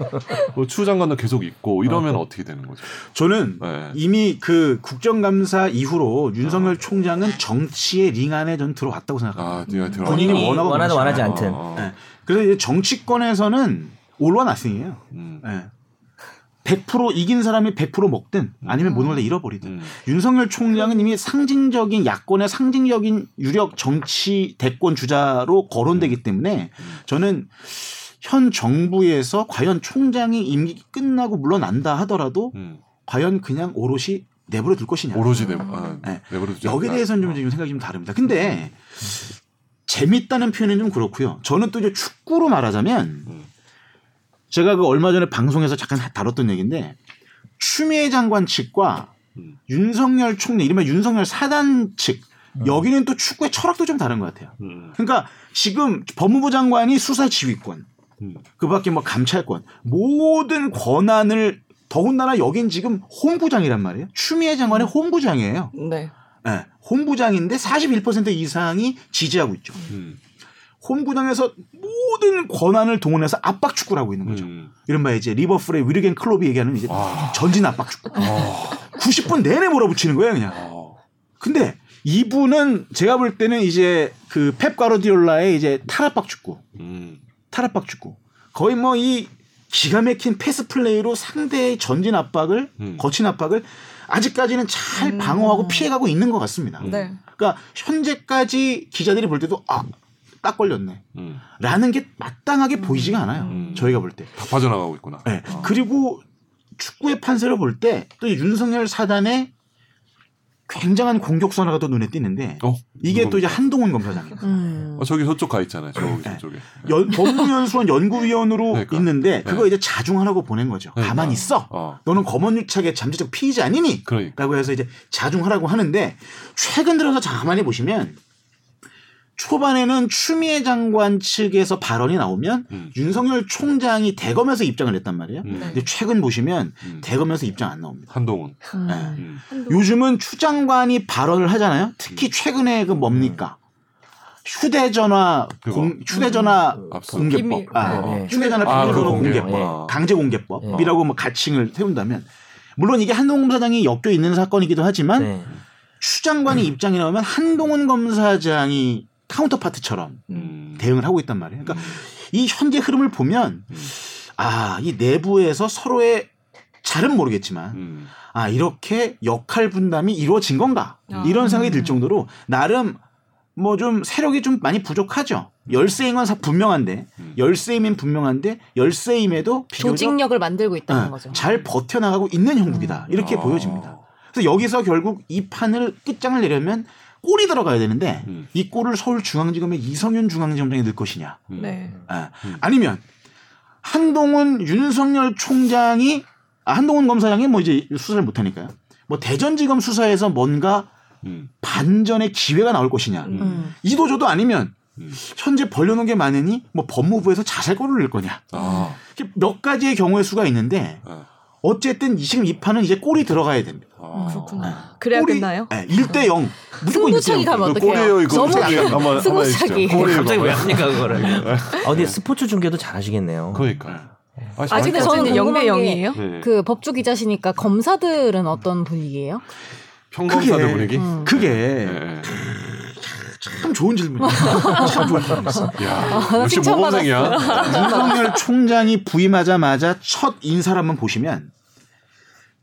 E: 뭐추 장관도 계속 있고 이러면 어. 떻게 되는 거죠?
D: 저는
E: 예.
D: 이미 그 국정감사 이후로 윤석열 총장은 정치의 링 안에 전 들어왔다고 생각합니다.
E: 아, 네가 들어.
C: 본인이
D: 본인이 원하고
C: 원하든 원하지
D: 원하지
C: 않든
E: 어.
D: 네. 그래서 이제 정치권에서는 올원아승이에요.
E: 음.
D: 예. 100% 이긴 사람이 100% 먹든 아니면 모든 걸 다 잃어버리든
E: 음.
D: 윤석열 총장은 이미 상징적인 야권의 상징적인 유력 정치 대권 주자로 거론되기 때문에 저는 현 정부에서 과연 총장이 임기 끝나고 물러난다 하더라도
E: 음.
D: 과연 그냥 오롯이 내버려 둘 것이냐
E: 오로지 내 아,
D: 네.
E: 내버려 두지
D: 여기에
E: 않을까?
D: 대해서는 좀, 좀 생각이 좀 다릅니다. 근데 재밌다는 표현은 좀 그렇고요. 저는 또 이제 축구로 말하자면 제가 그 얼마 전에 방송에서 잠깐 다뤘던 얘기인데 추미애 장관 측과
E: 음.
D: 윤석열 총리, 이른바 윤석열 사단 측 여기는 또 축구의 철학도 좀 다른 것 같아요.
E: 음.
D: 그러니까 지금 법무부 장관이 수사 지휘권,
E: 음.
D: 그밖에 뭐 감찰권 모든 권한을 더군다나 여긴 지금 홈구장이란 말이에요. 추미애 장관의 홈구장이에요.
B: 네.
D: 예, 홈구장인데 41% 이상이 지지하고 있죠.
E: 음.
D: 홈구장에서 모든 권한을 동원해서 압박 축구를 하고 있는 거죠.
E: 음.
D: 이른바 이제 리버풀의 위르겐 클롭이 얘기하는 이제
E: 아.
D: 전진 압박 축구.
E: 아.
D: 90분 내내 몰아붙이는 거예요, 그냥.
E: 아.
D: 근데 이분은 제가 볼 때는 이제 그 펩 가르디올라의 이제 탈압박 축구,
E: 음.
D: 탈압박 축구. 거의 뭐 이 기가 막힌 패스 플레이로 상대의 전진 압박을
E: 음.
D: 거친 압박을 아직까지는 잘 방어하고 피해가고 있는 것 같습니다.
B: 네.
D: 그러니까 현재까지 기자들이 볼 때도 아 딱 걸렸네
E: 음.
D: 라는 게 마땅하게 보이지가 않아요
E: 음.
D: 저희가 볼 때
E: 다 빠져나가고 있구나.
D: 네. 그리고 축구의 판세를 볼 때 또 윤석열 사단의 굉장한 공격 선화가 또 눈에 띄는데
E: 어?
D: 이게
E: 누가-
D: 또 이제 네. 한동훈 검사장입니다
F: 음.
E: 어, 저기 저쪽 가 있잖아요. 저기 저쪽에.
D: 연- 법무연수원 연구위원으로
E: 그러니까.
D: 있는데 그거
E: 네.
D: 이제 자중하라고 보낸 거죠
E: 그러니까.
D: 가만히 있어
E: 어.
D: 너는 검언유착의 잠재적 피의자 아니니
E: 그러니까.
D: 라고 해서 이제 자중하라고 하는데 최근 들어서 가만히 보시면 초반에는 추미애 장관 측에서 발언이 나오면
E: 음.
D: 윤석열 총장이 대검에서 입장을 했단 말이에요.
E: 음.
D: 근데 최근 보시면
E: 음.
D: 대검에서 입장 안 나옵니다.
E: 한동훈.
D: 예.
E: 음.
D: 요즘은 추 장관이 발언을 하잖아요. 특히 최근에 그 뭡니까 휴대전화
E: 그거.
D: 공- 휴대전화
E: 압수.
D: 공개법,
B: 비밀.
D: 아,
C: 네.
D: 휴대전화
E: 아,
D: 비밀번호
E: 그거 공개.
D: 공개법.
E: 아.
D: 강제 공개법이라고 뭐 가칭을 세운다면 물론 이게 한동훈 검사장이 엮여 있는 사건이기도 하지만
C: 네.
D: 추 장관의 입장이 나오면 한동훈 검사장이 카운터파트처럼
E: 음.
D: 대응을 하고 있단 말이에요. 그러니까 이 현재 흐름을 보면 아, 이 내부에서 서로의 잘은 모르겠지만
E: 음.
D: 아, 이렇게 역할 분담이 이루어진 건가?
B: 아.
D: 이런 생각이
F: 음.
D: 들 정도로 나름 뭐 좀 세력이 좀 많이 부족하죠. 열세인 건 사- 분명한데
E: 음.
D: 열세임인 분명한데 열세임에도 비교적
F: 조직력을 만들고 있다는
D: 어,
F: 거죠. 음.
D: 잘 버텨나가고 있는 형국이다. 이렇게
E: 아.
D: 보여집니다. 그래서 여기서 결국 이 판을 끝장을 내려면 골이 들어가야 되는데
E: 음.
D: 이 골을 서울중앙지검의 이성윤 중앙지검장이 넣을 것이냐.
E: 음.
B: 네.
D: 아, 아니면 한동훈 윤석열 총장이 아, 한동훈 검사장이 뭐 이제 수사를 못하니까요. 뭐 대전지검 수사에서 뭔가
E: 음.
D: 반전의 기회가 나올 것이냐.
F: 음.
D: 이도저도 아니면
E: 음.
D: 현재 벌려놓은 게 많으니 뭐 법무부에서 자살골을 낼 거냐.
E: 아.
D: 이렇게 몇 가지의 경우의 수가 있는데
E: 아.
D: 어쨌든 이- 지금 이 판은 이제 골이 들어가야 됩니다.
E: 아.
F: 음,
B: 음. 그렇구나. 그래야
D: 골이-
B: 끝나요?
D: 네, 1대 0. 무조건 1대 0.
F: 승부차기 가면
E: 이거 꼬리에요
F: 어떡해요?
E: 그 이거.
F: 너무
E: 꼬리에 한번
F: 승부차기.
D: 그
E: 한번 해주시죠. 꼬리에요,
C: 갑자기
E: 이거.
C: 왜 합니까 그거를? 아
D: 네.
C: 근데 스포츠 중계도 잘하시겠네요.
E: 그러니까. 아,
B: 아
F: 근데
B: 근데
F: 저는
B: 저는 영대
F: 궁금한 게-
B: 영이에요?
E: 네.
F: 그 법조 기자시니까 검사들은 어떤 분위기예요?
E: 평범사들
D: 그게- 네.
E: 분위기.
F: 음.
D: 그게
E: 예,
D: 참 좋은 질문이에요. 참 좋은 질문이었어.
E: 예. 야, 역시
F: 칭찬
E: 모범생이야.
D: 윤석열 총장이 부임하자마자 첫 인사를 한번 보시면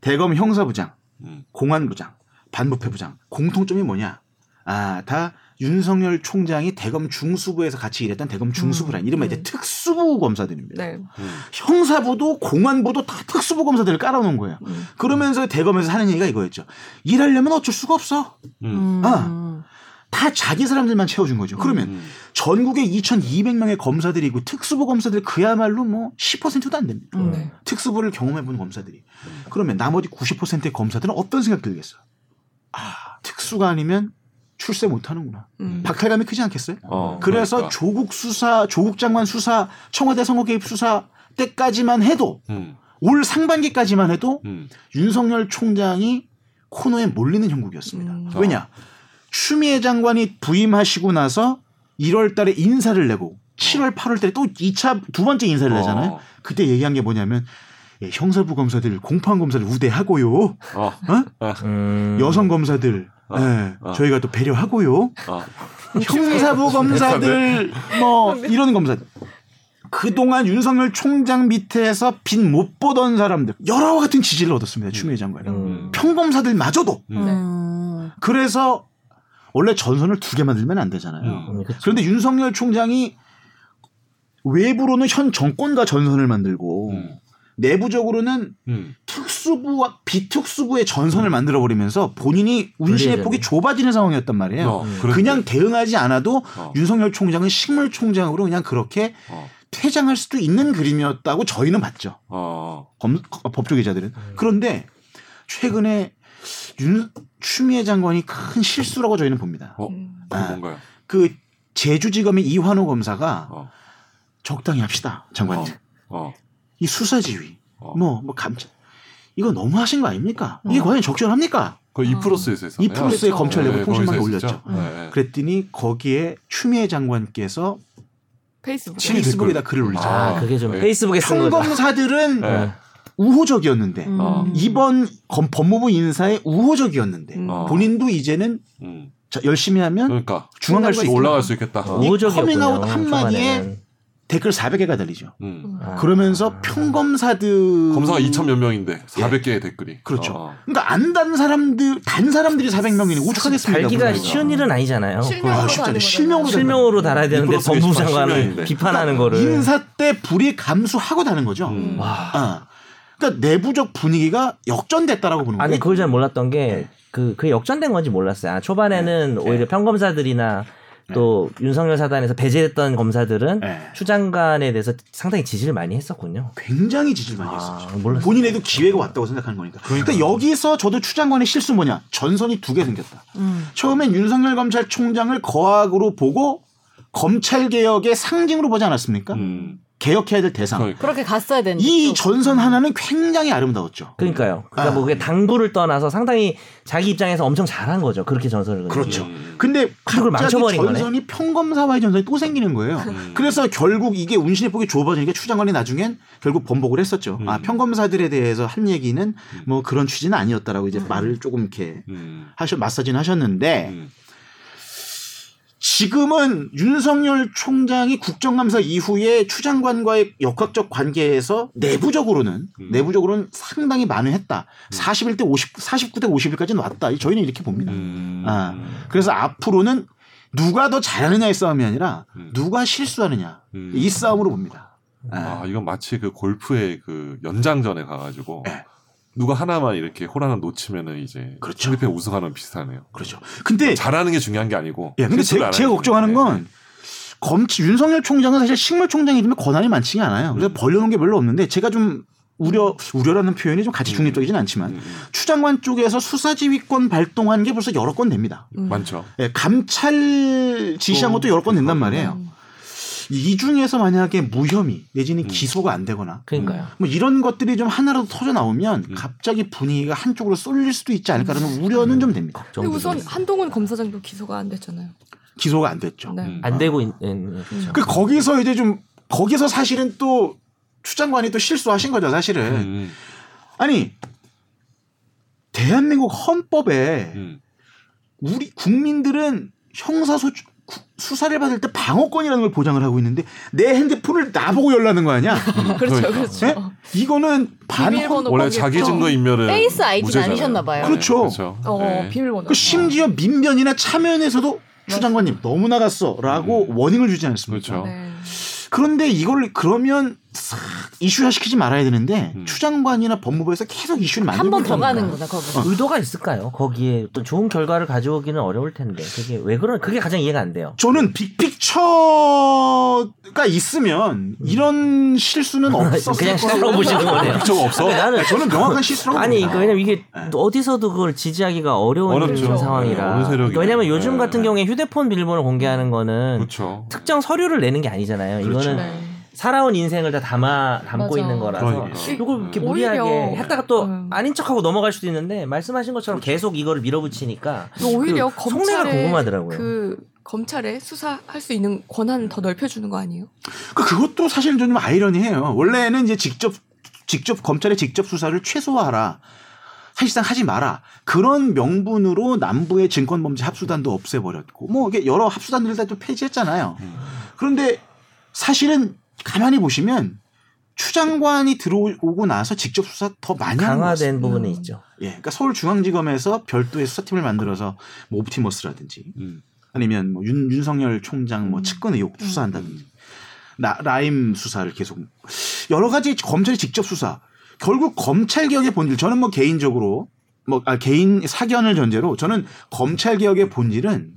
D: 대검 형사부장,
E: 음.
D: 공안부장, 반부패부장 공통점이 뭐냐? 아, 다 윤석열 총장이 대검 중수부에서 같이 일했던 대검 중수부란 이른바 이제 특수부 검사들입니다.
B: 네.
D: 형사부도 공안부도 다 특수부 검사들을 깔아놓은 거예요. 그러면서 대검에서 하는 얘기가 이거였죠. 일하려면 어쩔 수가 없어.
F: 음.
D: 아, 다 자기 사람들만 채워준 거죠. 그러면
E: 음.
D: 전국에 2,200명의 검사들이 있고 특수부 검사들 그야말로 뭐 10%도 안 됩니다.
F: 음.
B: 네.
D: 특수부를 경험해본 검사들이. 그러면 나머지 90%의 검사들은 어떤 생각 들겠어요? 아, 특수가 아니면 출세 못하는구나.
B: 음.
D: 박탈감이 크지 않겠어요?
E: 어,
D: 그래서
E: 그러니까.
D: 조국 수사, 조국 장관 수사, 청와대 선거 개입 수사 때까지만 해도
E: 음,
D: 올 상반기까지만 해도
E: 음.
D: 윤석열 총장이 코너에 몰리는 형국이었습니다.
B: 음.
E: 어,
D: 왜냐? 추미애 장관이 부임하시고 나서 1월 달에 인사를 내고 7월, 8월 달에 또 2차 두 번째 인사를
E: 어.
D: 내잖아요. 그때 얘기한 게 뭐냐면 예, 형사부 검사들 공판 검사를 우대하고요. 어?
E: 어,
C: 음.
D: 여성 검사들 예,
E: 어.
D: 저희가 또 배려하고요.
E: 어.
D: 형사부 검사들 뭐 이런 검사들 그동안 윤석열 총장 밑에서 빛 못 보던 사람들 여러와 같은 지지를 얻었습니다 추미애 장관이
C: 음.
D: 평검사들마저도
E: 음.
D: 그래서 원래 전선을 두 개 만들면 안 되잖아요
E: 음.
C: 음, 그치.
D: 그런데 윤석열 총장이 외부로는 현 정권과 전선을 만들고
E: 음.
D: 내부적으로는
E: 음.
D: 특수부와 비특수부의 전선을 만들어 버리면서 본인이 운신의
C: 분리해졌네.
D: 폭이 좁아지는 상황이었단 말이에요.
E: 어, 그런데.
D: 그냥 대응하지 않아도
E: 어.
D: 윤석열 총장은 식물 총장으로 그냥 그렇게
E: 어.
D: 퇴장할 수도 있는 그림이었다고 저희는 봤죠.
E: 어.
D: 검- 법조 기자들은.
E: 음.
D: 그런데 최근에 윤 추미애 장관이 큰 실수라고 저희는 봅니다.
E: 어.
B: 음.
E: 그게 뭔가요?
D: 그 제주지검의 이환호 검사가
E: 어.
D: 적당히 합시다
E: 어.
D: 장관님.
E: 어.
D: 이 수사지휘
E: 어.
D: 뭐 뭐 감찰 이거 너무 하신 거 아닙니까? 이게 과연 적절합니까?
E: 거의 그 이프로스에서 했었나요? 네,
D: 이프로스의 검찰 내부 통신망에
E: 거기서 했었죠.
D: 올렸죠.
E: 네, 네.
D: 그랬더니 거기에 추미애 장관께서
B: 페이스북.
E: 친-
D: 페이스북에다 글을 올리죠.
C: 아, 그게 좀
E: 네.
C: 페이스북에 쓴 거다.
D: 평검사들은
E: 네.
D: 우호적이었는데
C: 음.
F: 음.
E: 어.
D: 이번 검- 법무부 인사에 우호적이었는데
B: 음.
E: 어.
D: 본인도 이제는
E: 음.
D: 자- 열심히 하면
E: 그러니까
D: 중앙 갈 수 있다.
E: 올라갈 수 있겠다.
D: 어. 이
C: 우호적이었군요,
D: 커밍아웃 한마디에
C: 초반에는.
D: 댓글 400개가 달리죠.
E: 음.
C: 아.
D: 그러면서 평검사들
E: 검사가 2천 몇 명인데 400개의 댓글이.
D: 음. 예. 그렇죠.
E: 어.
D: 그러니까 안 단 사람들 단 사람들이 400명이니 우측하겠습니다.
C: 달기가 쉬운 일은 아니잖아요.
B: 실명으로
D: 쉽지 않아요.
B: 가는
D: 실명으로 그러니까
B: 거잖아요.
C: 실명으로 달아야 되는데
E: 이프로스가
C: 법무부
E: 심한
C: 장관을
E: 실명인데.
C: 비판하는 거를
D: 인사 때 불이 감수하고 다는 거죠.
E: 음.
D: 아. 그러니까 내부적 분위기가 역전됐다라고 보는 거예요.
C: 아니 그걸 잘 몰랐던 게 그 그게 역전된 건지 몰랐어요. 아, 초반에는
B: 네.
C: 오히려 평검사들이나 또 윤석열 사단에서 배제됐던 검사들은
D: 네.
C: 추장관에 대해서 상당히 지지를 많이 했었군요.
D: 굉장히 지지를 많이
C: 아,
B: 그렇죠.
D: 했었죠.
C: 몰랐어요.
D: 본인에도 기회가 왔다고 생각하는 거니까. 그러니까 여기서 저도 추장관의 실수 뭐냐? 전선이 두 개 생겼다. 처음엔 윤석열 검찰총장을 거악으로 보고 검찰 개혁의 상징으로 보지 않았습니까?
E: 음.
D: 개혁해야 될 대상.
E: 그러니까.
F: 그렇게 갔어야 되는데.
D: 이
F: 또.
D: 전선 하나는 굉장히 아름다웠죠.
C: 그러니까요. 그러니까
D: 아.
C: 뭐 그게 당구를 떠나서 상당히 자기 입장에서 엄청 잘한 거죠. 그렇게 전선을 그리는
D: 그렇죠.
C: 게.
E: 음.
D: 근데
C: 그걸
D: 갑자기
C: 망쳐버린 거네.
D: 전선이 평검사와의 전선이 또 생기는 거예요.
E: 음.
D: 그래서 결국 이게 운신의 폭이 좁아지니까 추장관이 나중엔 결국 번복을 했었죠.
E: 음.
D: 아 평검사들에 대해서 한 얘기는 뭐 그런 취지는 아니었다라고 이제 말을 조금 이렇게
E: 음.
D: 하셔 마사지는 하셨는데
E: 음.
D: 지금은 윤석열 총장이 국정감사 이후에 추장관과의 역학적 관계에서 내부적으로는
E: 음.
D: 내부적으로는 상당히 만회했다. 41대 50, 49대 51까지는 왔다. 저희는 이렇게 봅니다.
E: 음.
D: 아, 그래서 앞으로는 누가 더 잘하느냐의 싸움이 아니라
E: 음.
D: 누가 실수하느냐
E: 음.
D: 이 싸움으로 봅니다.
E: 아, 이건 마치 그 골프의 그 연장전에 가가지고
D: 네.
E: 누가 하나만 이렇게 호란을 놓치면은 이제
D: 그렇죠.
E: 필리핀 우승하는 비슷하네요.
D: 그렇죠. 근데
E: 잘하는 게 중요한 게 아니고.
D: 예, 근데
E: 뭐 실수를
D: 제,
E: 안 네,
D: 제가
E: 하는
D: 걱정하는
E: 게 중요해.
D: 건 검치 윤석열 총장은 사실 식물 총장이 좀 권한이 많지 않아요.
E: 음.
D: 그래서 벌려놓은 게 별로 없는데 제가 좀 우려 우려라는 표현이 좀 같이 중립적이진 않지만
E: 음, 음.
D: 추장관 쪽에서 수사지휘권 발동한 게 벌써 여러 건 됩니다.
E: 음. 많죠.
D: 예, 감찰 지시한
E: 어,
D: 것도 여러 건
E: 음.
D: 된단 말이에요. 이 중에서 만약에 무혐의 내지는
E: 음.
D: 기소가 안 되거나
C: 그러니까요.
D: 뭐 이런 것들이 좀 하나라도 터져 나오면
E: 음.
D: 갑자기 분위기가 한쪽으로 쏠릴 수도 있지 않을까라는
E: 음.
D: 우려는 좀 됩니다.
B: 근데
C: 정도
B: 우선
C: 정도.
B: 한동훈 검사장도 기소가 안 됐잖아요.
D: 기소가 안 됐죠.
B: 네.
E: 음.
C: 안 되고 있는 그렇죠.
D: 그 거기서 이제 좀 거기서 사실은 또 추장관이 또 실수하신 거죠, 사실은.
E: 음,
D: 아니 대한민국 헌법에
E: 음.
D: 우리 국민들은 형사 소 수사를 받을 때 방어권이라는 걸 보장을 하고 있는데 내 핸드폰을 나보고 열라는 거 아니야?
B: 그렇죠,
E: 그러니까.
D: 예?
B: 그렇죠.
D: 이거는 반헌
B: 비밀번호
E: 원래
B: 거기에
E: 자기
B: 또-
E: 증거 인멸은
F: 페이스 아이디는
E: 무죄잖아요.
F: 아니셨나 봐요.
E: 네,
D: 그렇죠.
E: 그렇죠.
B: 어
E: 네.
B: 비밀번호.
D: 그 심지어 민변이나 참여연에서도 추장관님 너무 나갔어라고 워닝을 주지 않습니까?
E: 음. 그렇죠.
B: 네.
D: 그런데 이걸 그러면 싹 이슈화 시키지 말아야 되는데
E: 음.
D: 추장관이나 법무부에서 계속 이슈를
F: 한
D: 만들고
F: 번 더
D: 그러니까.
F: 가는구나 거기.
C: 어. 의도가 있을까요? 거기에 또 좋은 결과를 가져오기는 어려울 텐데 그게 왜 그런 그게 가장 이해가 안 돼요.
D: 저는 빅픽처가 있으면
E: 음.
D: 이런 실수는 없었을
C: 그냥 실수로
D: 거라고
C: 보시는 거네요.
E: 걱정 없어.
C: 나는
D: 저는 명확한 실수라고
C: 아니
D: 봅니다.
C: 그러니까 왜냐면 이게 어디서도 그걸 지지하기가 어려운
E: 네. 어렵죠. 네,
C: 상황이라.
E: 어느 세력이든.
C: 왜냐면 요즘
E: 네.
C: 같은 경우에 휴대폰 비밀번호 공개하는 거는
E: 그렇죠.
C: 특정 서류를 내는 게 아니잖아요. 이거는
B: 네.
C: 살아온 인생을 다 담아 담고
B: 맞아.
C: 있는 거라서
E: 그러니까.
C: 이걸 이렇게
B: 오히려.
C: 무리하게 했다가 또
B: 음.
C: 아닌 척하고 넘어갈 수도 있는데 말씀하신 것처럼
E: 그렇죠.
C: 계속 이거를 밀어붙이니까
B: 오히려
C: 그 속내가
B: 검찰의
C: 궁금하더라고요.
B: 그 검찰에 수사할 수 있는 권한을 더 넓혀주는 거 아니에요?
D: 그 그것도 사실 좀 아이러니해요. 원래는 이제 직접 직접 검찰의 직접 수사를 최소화하라. 사실상 하지 마라. 그런 명분으로 남부의 증권범죄 합수단도 없애버렸고, 뭐, 이게 여러 합수단들을 다 또 폐지했잖아요. 그런데 사실은 가만히 보시면 추장관이 들어오고 나서 직접 수사 더 많이 하는 것 같습니다.
C: 강화된
E: 뭐. 음.
C: 부분이 있죠.
D: 예, 그러니까 서울중앙지검에서 별도의 수사팀을 만들어서 뭐 옵티머스라든지
E: 음.
D: 아니면 뭐 윤, 윤석열 총장 뭐 측근 의혹 수사한다든지 나, 라임 수사를 계속 여러 가지 검찰의 직접 수사 결국 검찰 개혁의 본질 저는 뭐 개인적으로 뭐 아, 개인 사견을 전제로 저는 검찰 개혁의 본질은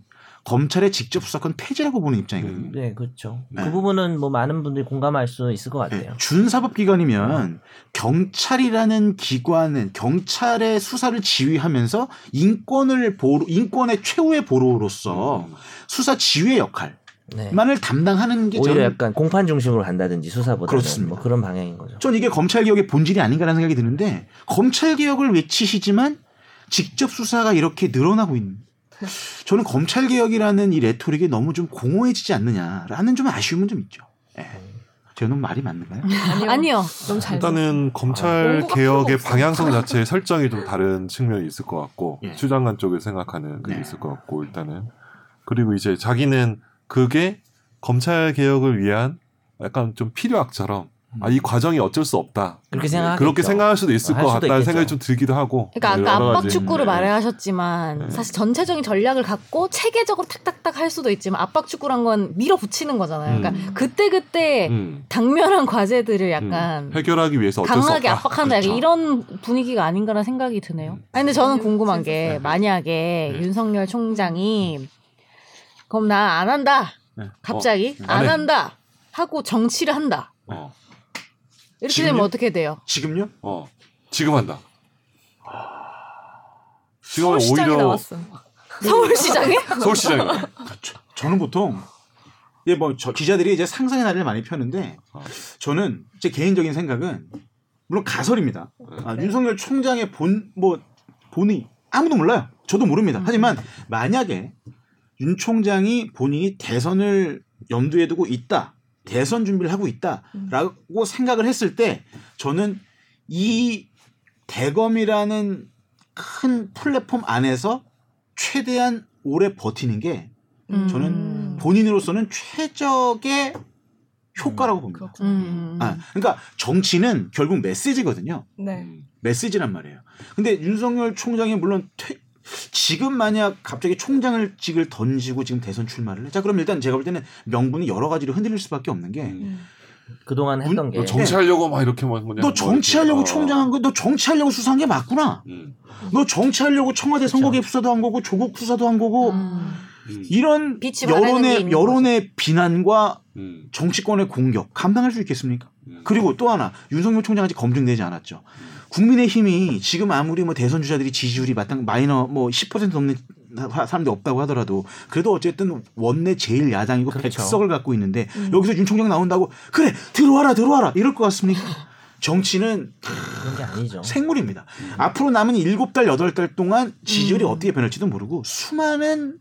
D: 검찰의 직접 수사권 폐지라고 보는
E: 음.
D: 입장이거든요.
C: 네, 그렇죠.
D: 네.
C: 그 부분은 뭐 많은 분들이 공감할 수 있을 것 같아요.
D: 예, 준사법기관이면 경찰이라는 기관은 경찰의 수사를 지휘하면서 인권을 보호, 인권의 최후의 보루로서
C: 음.
D: 수사 지휘의 역할만을
C: 네.
D: 담당하는 게
C: 오히려
D: 저는,
C: 약간 공판 중심으로 간다든지 수사보다는
D: 그렇습니다.
C: 뭐 그런 방향인 거죠.
D: 전 이게 검찰 개혁의 본질이 아닌가라는 생각이 드는데 검찰 개혁을 외치시지만 직접 수사가 이렇게 늘어나고 있는. 저는 검찰 개혁이라는 이 레토릭이 너무 좀 공허해지지 않느냐라는 좀 아쉬움은 좀 있죠. 예.
C: 음.
D: 저는 말이 맞는가요?
B: 아니요.
F: 아니요.
B: 너무 잘.
E: 일단은 검찰
B: 원고가
E: 개혁의
B: 아, 필요가 없어요.
E: 방향성 자체의 설정이 좀 다른 측면이 있을 것 같고
D: 예.
E: 추장관 쪽을 생각하는 그게
D: 네.
E: 있을 것 같고 일단은 그리고 이제 자기는 그게 검찰 개혁을 위한 약간 좀 필요악처럼 아 이 과정이 어쩔 수 없다
C: 그렇게 생각
E: 그렇게 생각할 수도 있을
C: 할
E: 것
C: 수도
E: 같다는
C: 있겠죠.
E: 생각이 좀 들기도 하고
F: 그러니까
E: 여러
F: 아까 압박
E: 가지.
F: 축구로
E: 네.
F: 말을 하셨지만 사실 전체적인 전략을 갖고 체계적으로 탁탁탁 할 수도 있지만 압박 축구란 건 밀어붙이는 거잖아요. 그러니까 그때 그때
E: 음,
F: 당면한 과제들을
E: 음.
F: 약간
E: 해결하기 위해서 어쩔 수 없다
F: 강하게 압박한다
E: 그렇죠.
F: 약간 이런 분위기가 아닌가라는 생각이 드네요. 아니 근데 저는 궁금한 게 만약에 윤석열 총장이 그럼 나 안 한다
D: 네.
F: 갑자기 안
E: 해.
F: 한다 하고 정치를 한다
E: 어,
F: 이렇게 되면
D: 지금요?
F: 어떻게 돼요?
D: 지금요?
E: 어. 지금 한다
F: 아.
E: 지금
B: 서울시장이
E: 오히려
B: 나왔어.
F: 네. 서울시장에
E: 서울시장
D: 저는 보통 이제 뭐 저- 기자들이 이제 상상의 나래를 많이 펴는데
E: 어.
D: 저는 제 개인적인 생각은 물론 가설입니다. 아, 윤석열 총장의 본 뭐 본의 아무도 몰라요. 저도 모릅니다. 하지만 만약에 윤 총장이 본인이 대선을 염두에 두고 있다, 대선 준비를 하고 있다라고 생각을 했을 때 저는 이 대검이라는 큰 플랫폼 안에서 최대한 오래 버티는 게 저는
F: 음.
D: 본인으로서는 최적의 효과라고 봅니다.
B: 그렇군요.
F: 음.
D: 아, 그러니까 정치는 결국 메시지거든요.
B: 네.
D: 메시지란 말이에요. 근데 윤석열 총장이 물론 퇴- 지금 만약 갑자기 총장을 직을 던지고 지금 대선 출마를 해. 자, 그럼 일단 제가 볼 때는 명분이 여러 가지로 흔들릴 수밖에 없는 게
F: 음,
D: 너
C: 그동안 했던
D: 어,
F: 예.
C: 게
E: 너 정치하려고 막 이렇게 막 그냥
F: 네.
E: 뭐
D: 정치하려고
E: 이렇게, 어.
D: 총장한 거, 너 정치하려고 수사한 게 맞구나.
E: 음.
D: 너 정치하려고 청와대 선거개입 수사도 한 거고 조국 수사도 한 거고
E: 음.
D: 이런
F: 음. 빛이 바라는 게
D: 여론의
F: 있는
D: 여론의 비난과
E: 음.
D: 정치권의 공격 감당할 수 있겠습니까?
E: 음.
D: 그리고 또 하나 윤석열 총장 아직 검증되지 않았죠. 국민의힘이 지금 아무리 뭐 대선 주자들이 지지율이 마땅 마이너 뭐 10% 넘는 사- 사람들이 없다고 하더라도 그래도 어쨌든 원내 제일 야당이고
C: 그렇죠.
D: 백석을 갖고 있는데 여기서 윤 총장 나온다고 그래 들어와라 들어와라 이럴 것 같습니까? 정치는
C: 그런 게 아니죠.
D: 생물입니다. 앞으로 남은 7달, 8달 동안 지지율이 어떻게 변할지도 모르고 수많은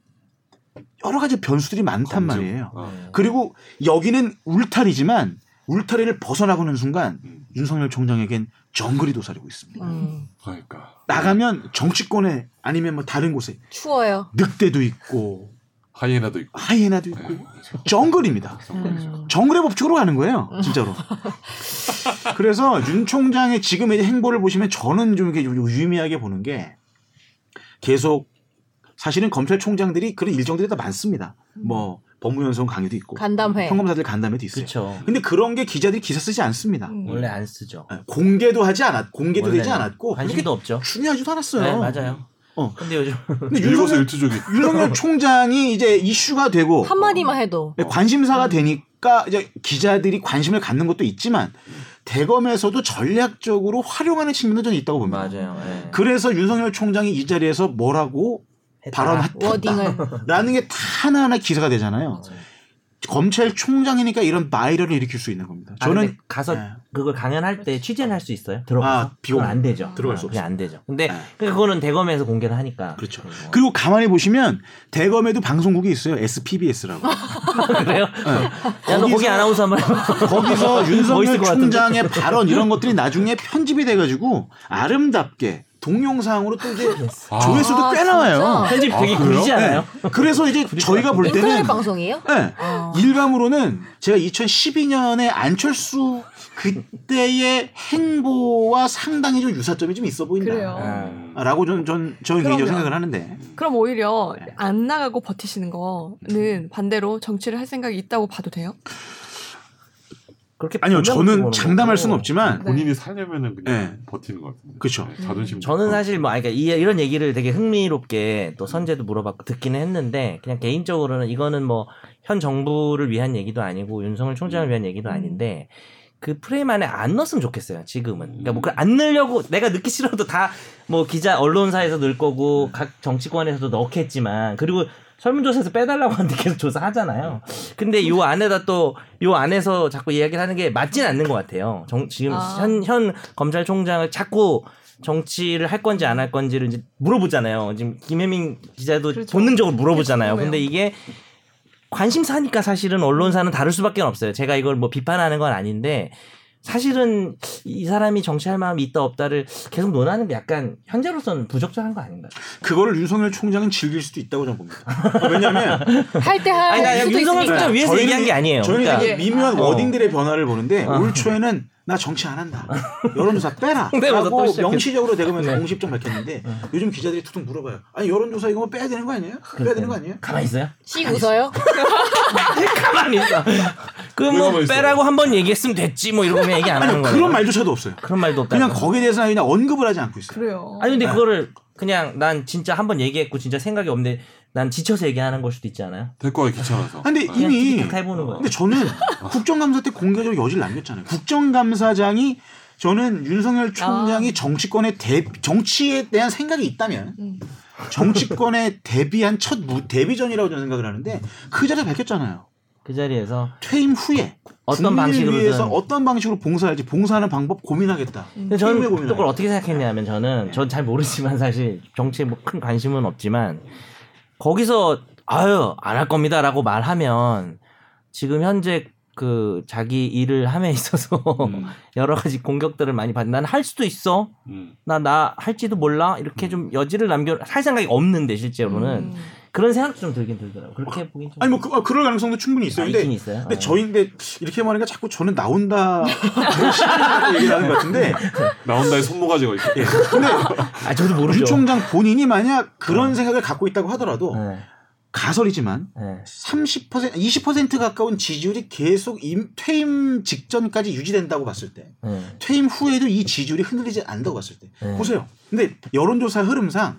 D: 여러 가지 변수들이 많단
E: 검증.
D: 말이에요.
E: 어.
C: 네.
D: 그리고 여기는 울타리지만 울타리를 벗어나고는 순간 윤석열 총장에겐 정글이 도사리고 있습니다.
F: 음.
E: 그러니까
D: 나가면 정치권에 아니면 뭐 다른 곳에
F: 추워요.
D: 늑대도 있고
E: 하이에나도 있고
D: 하이에나도 있고 정글입니다.
F: 음.
D: 정글의 법칙으로 가는 거예요, 진짜로. 그래서 윤 총장의 지금의 행보를 보시면 저는 좀 이렇게 유- 유의미하게 보는 게 계속 사실은 검찰총장들이 그런 일정들이 다 많습니다. 뭐 법무연수원 강의도 있고
F: 간담회. 네.
D: 평검사들 간담회도 있어요.
C: 그렇죠.
D: 근데 그런 게 기자들이 기사 쓰지 않습니다.
B: 음.
C: 원래 안 쓰죠.
D: 예, 공개도 하지 않았, 공개도 되지
C: 원래는
D: 않았고
C: 관심도 없죠.
D: 그렇게 중요하지도 않았어요.
C: 네, 맞아요.
D: 어.
C: 근데 요즘
D: 근데
E: 일거수
D: 윤석열,
E: 일투족이
D: 윤석열 총장이 이제 이슈가 되고
F: 한마디만 해도
D: 네, 관심사가 되니까 이제 기자들이 관심을 갖는 것도 있지만 대검에서도 전략적으로 활용하는 측면도 저는 있다고 봅니다.
C: 맞아요. 예.
D: 그래서 윤석열 총장이 이 자리에서 뭐라고
C: 했다.
D: 발언했다라는
F: 워딩을
D: 게 다 하나하나 기사가 되잖아요. 검찰총장이니까 이런 바이럴을 일으킬 수 있는 겁니다.
C: 아, 근데
D: 저는
C: 가서
D: 네.
C: 그걸 강연할 때 취재를 할 수 있어요. 들어가서
D: 아, 비공-
C: 그건 안 되죠.
D: 들어갈 수
C: 아, 그게
D: 없어요.
C: 안 되죠. 근데
D: 네.
C: 그거는 대검에서 공개를 하니까
D: 그렇죠.
C: 뭐.
D: 그리고 가만히 보시면 대검에도 방송국이 있어요. SPBS라고.
C: 어, 그래요? 야, 너
D: 예. 거기서-
C: 거기 아나운서 한번 해봐. 어,
D: 거기서
C: 멋있을
D: 윤석열
C: 것 같은데.
D: 총장의 발언 이런 것들이 나중에 편집이 돼가지고 아름답게 동영상으로 또 이제
E: 아.
D: 조회수도
F: 아,
D: 꽤 나와요. 네. 예.
F: 진짜?
C: 편집 되게
E: 아, 그래요?
C: 굴리지 않아요?
D: 그래서 이제 저희가 볼
F: 인터넷
D: 때는
F: 방송이에요?
D: 예, 일감으로는 제가 2012년에 안철수 그때의 행보와 상당히 좀 유사점이 좀 있어
B: 그래요.
D: 보인다.
C: 아,
D: 라고 저는 전, 저는
B: 그럼요.
D: 개인적으로 생각을 하는데.
B: 그럼 오히려
D: 네.
B: 안 나가고 버티시는
D: 음.
B: 거는 반대로 정치를 할 생각이 있다고 봐도 돼요?
C: 그렇게
D: 아니요,
C: 분명히 보는
D: 저는 장담할
C: 거고.
D: 수는 없지만,
E: 본인이 살려면은 그냥
D: 네.
E: 버티는 것 같은데.
D: 그쵸.
E: 네, 자존심.
C: 저는 사실 뭐, 아니, 그러니까 이- 이런 얘기를 되게 흥미롭게 또 선재도 물어봤고 듣기는 했는데 그냥 개인적으로는 이거는 뭐 현 정부를 위한 얘기도 아니고 윤석열 총장을 위한 얘기도 아닌데 그 프레임 안에 안 넣었으면 좋겠어요. 지금은 그러니까 뭐 안 넣으려고 내가 넣기 싫어도 다 뭐 기자 언론사에서 넣을 거고 각 정치권에서도 넣겠지만 그리고 설문조사에서 빼달라고 하는데 계속 조사하잖아요. 근데 요 안에다 또 요 안에서 자꾸 이야기를 하는 게 맞진 않는 것 같아요. 정- 지금
B: 아.
C: 현, 현 검찰총장을 자꾸 정치를 할 건지 안 할 건지를 이제 물어보잖아요. 지금 김혜민 기자도
B: 그렇죠.
C: 본능적으로 물어보잖아요.
B: 계속
C: 근데 이게 관심사니까 사실은 언론사는 다를 수밖에 없어요. 제가 이걸 뭐 비판하는 건 아닌데 사실은 이 사람이 정치할 마음이 있다 없다를 계속 논하는 게 약간 현재로서는 부적절한 거 아닌가?
D: 그거를 윤석열 총장은 즐길 수도 있다고 저는 봅니다. 왜냐면,
F: 할 때
C: 아니 나
F: 할 수도
C: 윤석열
F: 있으니까.
C: 총장 위해서
D: 저희는-
C: 얘기한 게 아니에요.
D: 저희는
C: 그러니까
D: 되게 미묘한
C: 아, 어.
D: 워딩들의 변화를 보는데, 올 초에는 나 정치 안 한다. 여론조사 빼라.
C: 네, 맞아. 또
D: 라고
C: 시작했어. 네.
D: 명시적으로 대검에서 공식점 밝혔는데, 요즘 기자들이 툭툭 물어봐요. 아니, 여론조사 이거 뭐 빼야 되는 거 아니에요? 빼야 되는 거 아니에요?
C: 가만히 있어요?
F: 씩 웃어요?
C: 가만히 있어. 그
E: 가만히
C: 뭐
E: 있어요?
C: 빼라고 한 번 얘기했으면 됐지 뭐 이러고 그냥 얘기 안 하는
D: 아니,
C: 거예요.
D: 그런 말조차도 없어요.
C: 그런 말도 없다.
D: 그냥 거기에 대해서 그냥 언급을 하지 않고 있어요.
B: 그래요.
C: 아니 근데 그거를 그냥 난 진짜 한 번 얘기했고 진짜 생각이 없는데 난 지쳐서 얘기하는 걸 수도 있지 않아요?
E: 대과에 귀찮아서.
D: 근데
E: 네.
C: 그냥
D: 이미
C: 티키타카 해보는 거예요.
D: 근데 저는 국정감사 때 공개적으로 여지를 남겼잖아요. 국정감사장이 저는 윤석열
C: 아.
D: 총장이 정치권에 대 정치에 대한 생각이 있다면
B: 음.
D: 정치권에 데뷔한 첫 무, 데뷔전이라고 저는 생각을 하는데 그 자리에 밝혔잖아요.
C: 그 자리에서
D: 퇴임 후에
C: 어떤
D: 국민을
C: 방식으로든.
D: 위해서 어떤 방식으로 봉사할지 봉사하는 방법 고민하겠다.
C: 근데 저는
D: 충분히
C: 또 그걸
D: 고민하겠다.
C: 어떻게
D: 네.
C: 생각했냐면 저는 전 잘 모르지만 사실 정치에 뭐 큰 관심은 없지만 거기서 아유 안 할 겁니다라고 말하면 지금 현재 그 자기 일을 함에 있어서
D: 음.
C: 여러 가지 공격들을 많이 받는 난 할 수도 있어
E: 음.
C: 나 나 할지도 몰라
D: 음.
C: 이렇게 좀 여지를 남겨 할 생각이 없는데 실제로는 그런 생각도 좀 들긴 들더라고 그렇게 보긴 좀
D: 아니 뭐 그, 아, 그럴 가능성도 충분히
C: 아,
D: 있어요. 근데
C: 있긴 있어요.
D: 근데
C: 아.
D: 저희인데 이렇게 말하니까 자꾸 저는 나온다 그런 식으로 얘기를 하는 것 같은데
E: 나온다의 손모가지가 있어.
D: 예. 근데
C: 아 저도 모르죠 어.
D: 윤 총장 본인이 만약 그런 생각을 갖고 있다고 하더라도
C: 네,
D: 가설이지만
C: 네.
D: 30% 20% 가까운 지지율이 계속 임- 퇴임 직전까지 유지된다고 봤을 때
C: 네.
D: 퇴임 후에도 이 지지율이 흔들리지 않다고 봤을 때
C: 네.
D: 보세요. 근데 여론조사 흐름상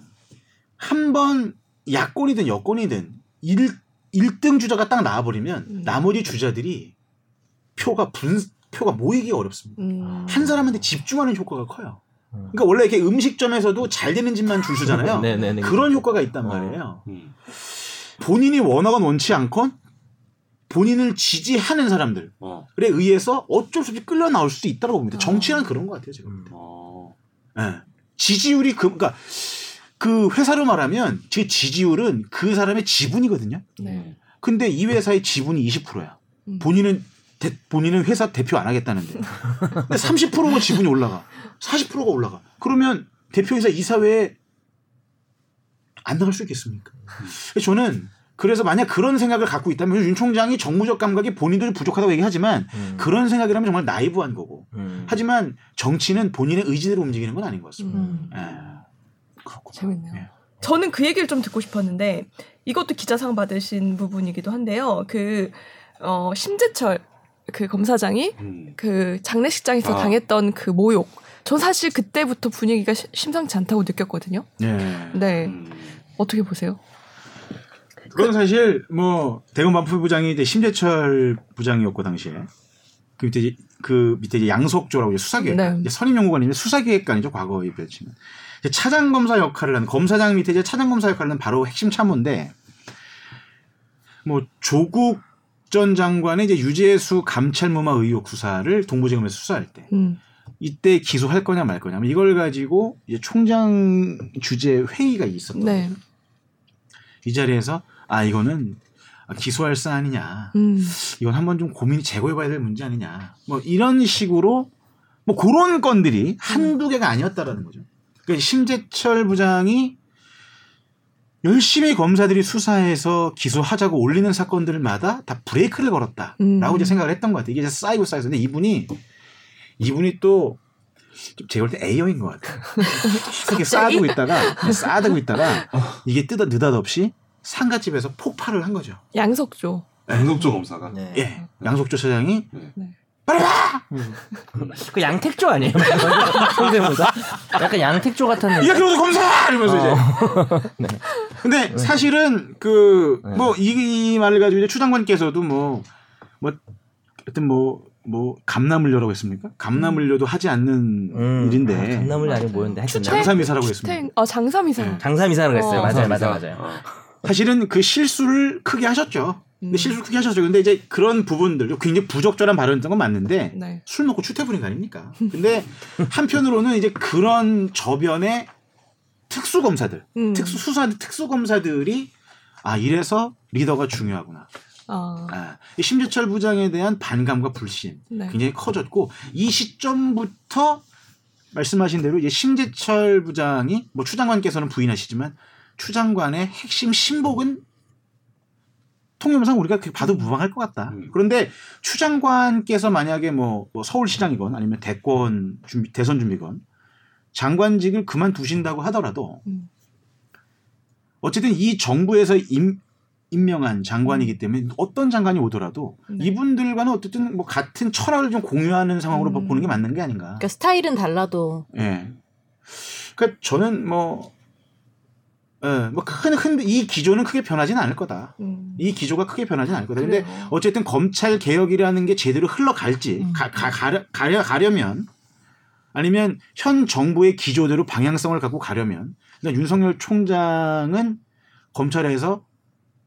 D: 한 번 야권이든 여권이든 일 1등 주자가 딱 나와버리면 나머지 주자들이 표가 분 표가 모이기 어렵습니다.
B: 음.
D: 한 사람한테 집중하는 효과가 커요. 그러니까 원래 이렇게 음식점에서도 잘 되는 집만 줄 서잖아요.
C: 네, 네, 네.
D: 그런 효과가 있단
C: 어.
D: 말이에요.
E: 음.
D: 본인이 원하건 원치 않건 본인을 지지하는 사람들에
E: 어.
D: 의해서 어쩔 수 없이 끌려 나올 수도 있다고 봅니다. 정치란 그런 것 같아요, 제가. 볼 때.
E: 어.
D: 예. 지지율이 그, 그러니까 그 회사로 말하면 제 지지율은 그 사람의 지분이거든요.
B: 네.
D: 근데 이 회사의 지분이 20%야.
B: 음.
D: 본인은 대- 본인은 회사 대표 안 하겠다는데. 근데 30%가 지분이 올라가. 40%가 올라가. 그러면 대표이사 이사회에 안 나갈 수 있겠습니까? 그래서 저는 그래서 만약 그런 생각을 갖고 있다면 윤 총장이 정무적 감각이 본인도 부족하다고 얘기하지만
C: 음.
D: 그런 생각이라면 정말 나이브한 거고.
C: 음.
D: 하지만 정치는 본인의 의지대로 움직이는 건 아닌 것 같습니다.
B: 음.
D: 예.
B: 재밌네요.
D: 예.
B: 저는 그 얘기를 좀 듣고 싶었는데 이것도 기자상 받으신 부분이기도 한데요. 그 어, 심재철 그 검사장이
D: 음.
B: 그 장례식장에서
E: 아.
B: 당했던 그 모욕. 전 사실 그때부터 분위기가 시- 심상치 않다고 느꼈거든요.
D: 네.
B: 네.
D: 음.
B: 어떻게 보세요?
D: 그건 사실 뭐 대검 반부 부장이 이제 심재철 부장이었고 당시에 그 밑에 이제- 그 밑에 이제 양석조라고 이제 수사계
B: 네.
D: 이제 선임연구관이면 수사계획관이죠 과거에 배치는 이제 차장 검사 역할을 하는 검사장 밑에 이제 차장 검사 역할을 하는 바로 핵심 참모인데 뭐 조국 전 장관의 이제 유재수 감찰무마 의혹 수사를 동부지검에서 수사할 때
B: 음.
D: 이때 기소할 거냐 말 거냐 뭐 이걸 가지고 이제 총장 주재 회의가 있었거든요.
B: 네.
D: 이 자리에서 아 이거는 기소할 사안이냐
B: 음.
D: 이건 한번 좀 고민이 제고해봐야 될 문제 아니냐 뭐 이런 식으로 뭐 그런 건들이 한두 개가 아니었다라는 거죠 그러니까 심재철 부장이 열심히 검사들이 수사해서 기소하자고 올리는 사건들마다 다 브레이크를 걸었다라고
B: 음.
D: 이제 생각을 했던 것 같아요 이게 이제 쌓이고 쌓여서 근데 이분이 이분이 또 좀 제가 볼때 A형인 것 같아요. 이렇게 쌓아두고 있다가, 쌓아두고 있다가, 이게 뜨다 느닷없이 상가집에서 폭발을 한 거죠.
B: 양석조.
E: 양석조 검사가
I: 네.
D: 예. 양속조 차장이
I: 그 양택조 아니에요? 소세보다 약간 양택조 같았는데.
D: 이렇게 오도 검사! 이러면서
I: 어.
D: 이제. 근데 사실은 그,
I: 네.
D: 뭐, 이, 이 말을 가지고 이제 추장관께서도 뭐, 뭐, 하여튼 뭐, 뭐, 감나물려라고 했습니까? 감나물려도 하지 않는
I: 음,
D: 일인데.
I: 아, 강남을 아는 뭐였는데 하여튼
B: 추태?
D: 장삼이사라고 했습니다. 네.
B: 추탱. 어, 장삼이사.
I: 장삼이사라고 했어요.
B: 어.
I: 맞아요, 맞아요,
E: 장삼이사.
I: 맞아요.
D: 사실은 그 실수를 크게 하셨죠. 근데
B: 음.
D: 실수를 크게 하셨죠. 근데 이제 그런 부분들, 굉장히 부적절한 발언이었던 건 맞는데,
B: 네.
D: 술 먹고 추태 부린 거 아닙니까? 근데 한편으로는 이제 그런 저변의 특수 검사들,
B: 음.
D: 특수 수사 특수 검사들이 아 이래서 리더가 중요하구나.
B: 아.
D: 아, 이 심재철 부장에 대한 반감과 불신
B: 네.
D: 굉장히 커졌고 이 시점부터 말씀하신 대로 이제 심재철 부장이 뭐 추장관께서는 부인하시지만 추장관의 핵심 신복은 통념상 우리가 그렇게 봐도 무방할 것 같다.
E: 음.
D: 그런데 추장관께서 만약에 뭐, 뭐 서울시장이건 아니면 대권 준비 대선 준비건 장관직을 그만두신다고 하더라도
B: 음.
D: 어쨌든 이 정부에서 임, 임명한 장관이기 때문에 어떤 장관이 오더라도
B: 음. 네.
D: 이분들과는 어쨌든 뭐 같은 철학을 좀 공유하는 상황으로
B: 음.
D: 보는 게 맞는 게 아닌가.
F: 그러니까 스타일은 달라도
D: 예. 그러니까 저는 뭐, 예, 뭐큰큰이 기조는 크게 변하진 않을 거다.
B: 음.
D: 이 기조가 크게 변하진 않을 거다. 근데
B: 그래요.
D: 어쨌든 검찰 개혁이라는 게 제대로 흘러갈지
F: 음.
D: 가, 가, 가려, 가려, 가려면 아니면 현 정부의 기조대로 방향성을 갖고 가려면 일단 윤석열 총장은 검찰에서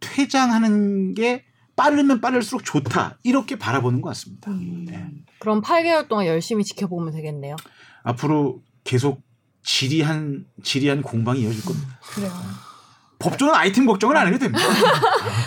D: 퇴장하는 게 빠르면 빠를수록 좋다 이렇게 바라보는 것 같습니다.
F: 음.
D: 네.
F: 그럼 8개월 동안 열심히 지켜보면 되겠네요.
D: 앞으로 계속 지리한 지리한 공방이 이어질 겁니다.
B: 그래요.
D: 법조는 아이템 걱정을 안 해도 됩니다.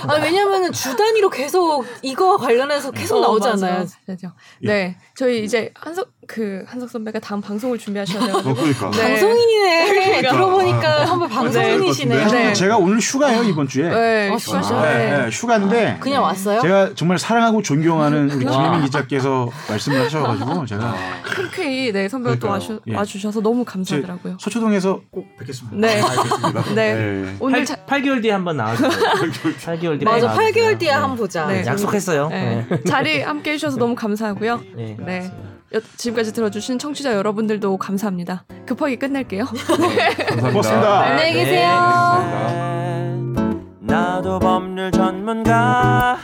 F: 아, 왜냐면은 주 단위로 계속 이거 관련해서 계속 나오잖아요.
B: 어, 맞아요. 네. 저희 이제 한석 그 한석 선배가 다음 방송을 준비하셔야 돼요.
E: 어, 그러니까
B: 네.
F: 방송인이네.
B: 그러니까.
F: 들어보니까 한번
E: 네.
F: 방송인이시네요.
D: 사실
B: 네.
D: 제가 오늘 휴가예요 이번 주에.
B: 네.
F: 아,
B: 휴가
F: 진짜?
B: 시간에.
D: 네, 네, 휴가인데
F: 그냥 왔어요?
D: 제가 정말 사랑하고 존경하는 우리
I: 와.
D: 김혜민 기자께서 말씀을 하셔가지고
E: 아.
D: 제가
B: 흔쾌히 네 선배가 또
E: 그러니까요.
B: 와주,
D: 예.
B: 와주셔서 너무 감사하더라고요.
D: 서초동에서 꼭 뵙겠습니다.
B: 네.
E: 알겠습니다.
B: 네.
E: 네.
B: 오늘 자,
I: 8, 개월 뒤에 한번 나와주세요. 8개월 뒤에.
F: 맞아,
I: 나와주세요.
C: 네.
F: 8개월 뒤에 한번 보자.
B: 네.
I: 약속했어요.
B: 네.
I: 네.
B: 자리 함께 해주셔서 너무 감사하고요.
I: 네.
B: 네. 여- 지금까지 들어주신 청취자 여러분들도 감사합니다. 급하게 끝낼게요.
E: 감사합니다.
D: 고맙습니다.
C: 네.
F: 안녕히 계세요.
C: 나도 법률 전문가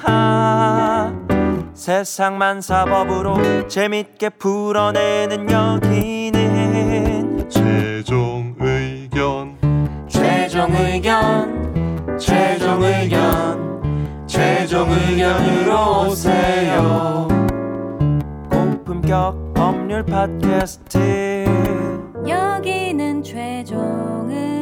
C: 세상만 사법으로 재밌게 풀어내는 여기는
E: 최종 의견
C: 최종 의견 최종 의견 최종 의견으로 오세요 고품격 법률 팟캐스트
F: 여기는 최종 의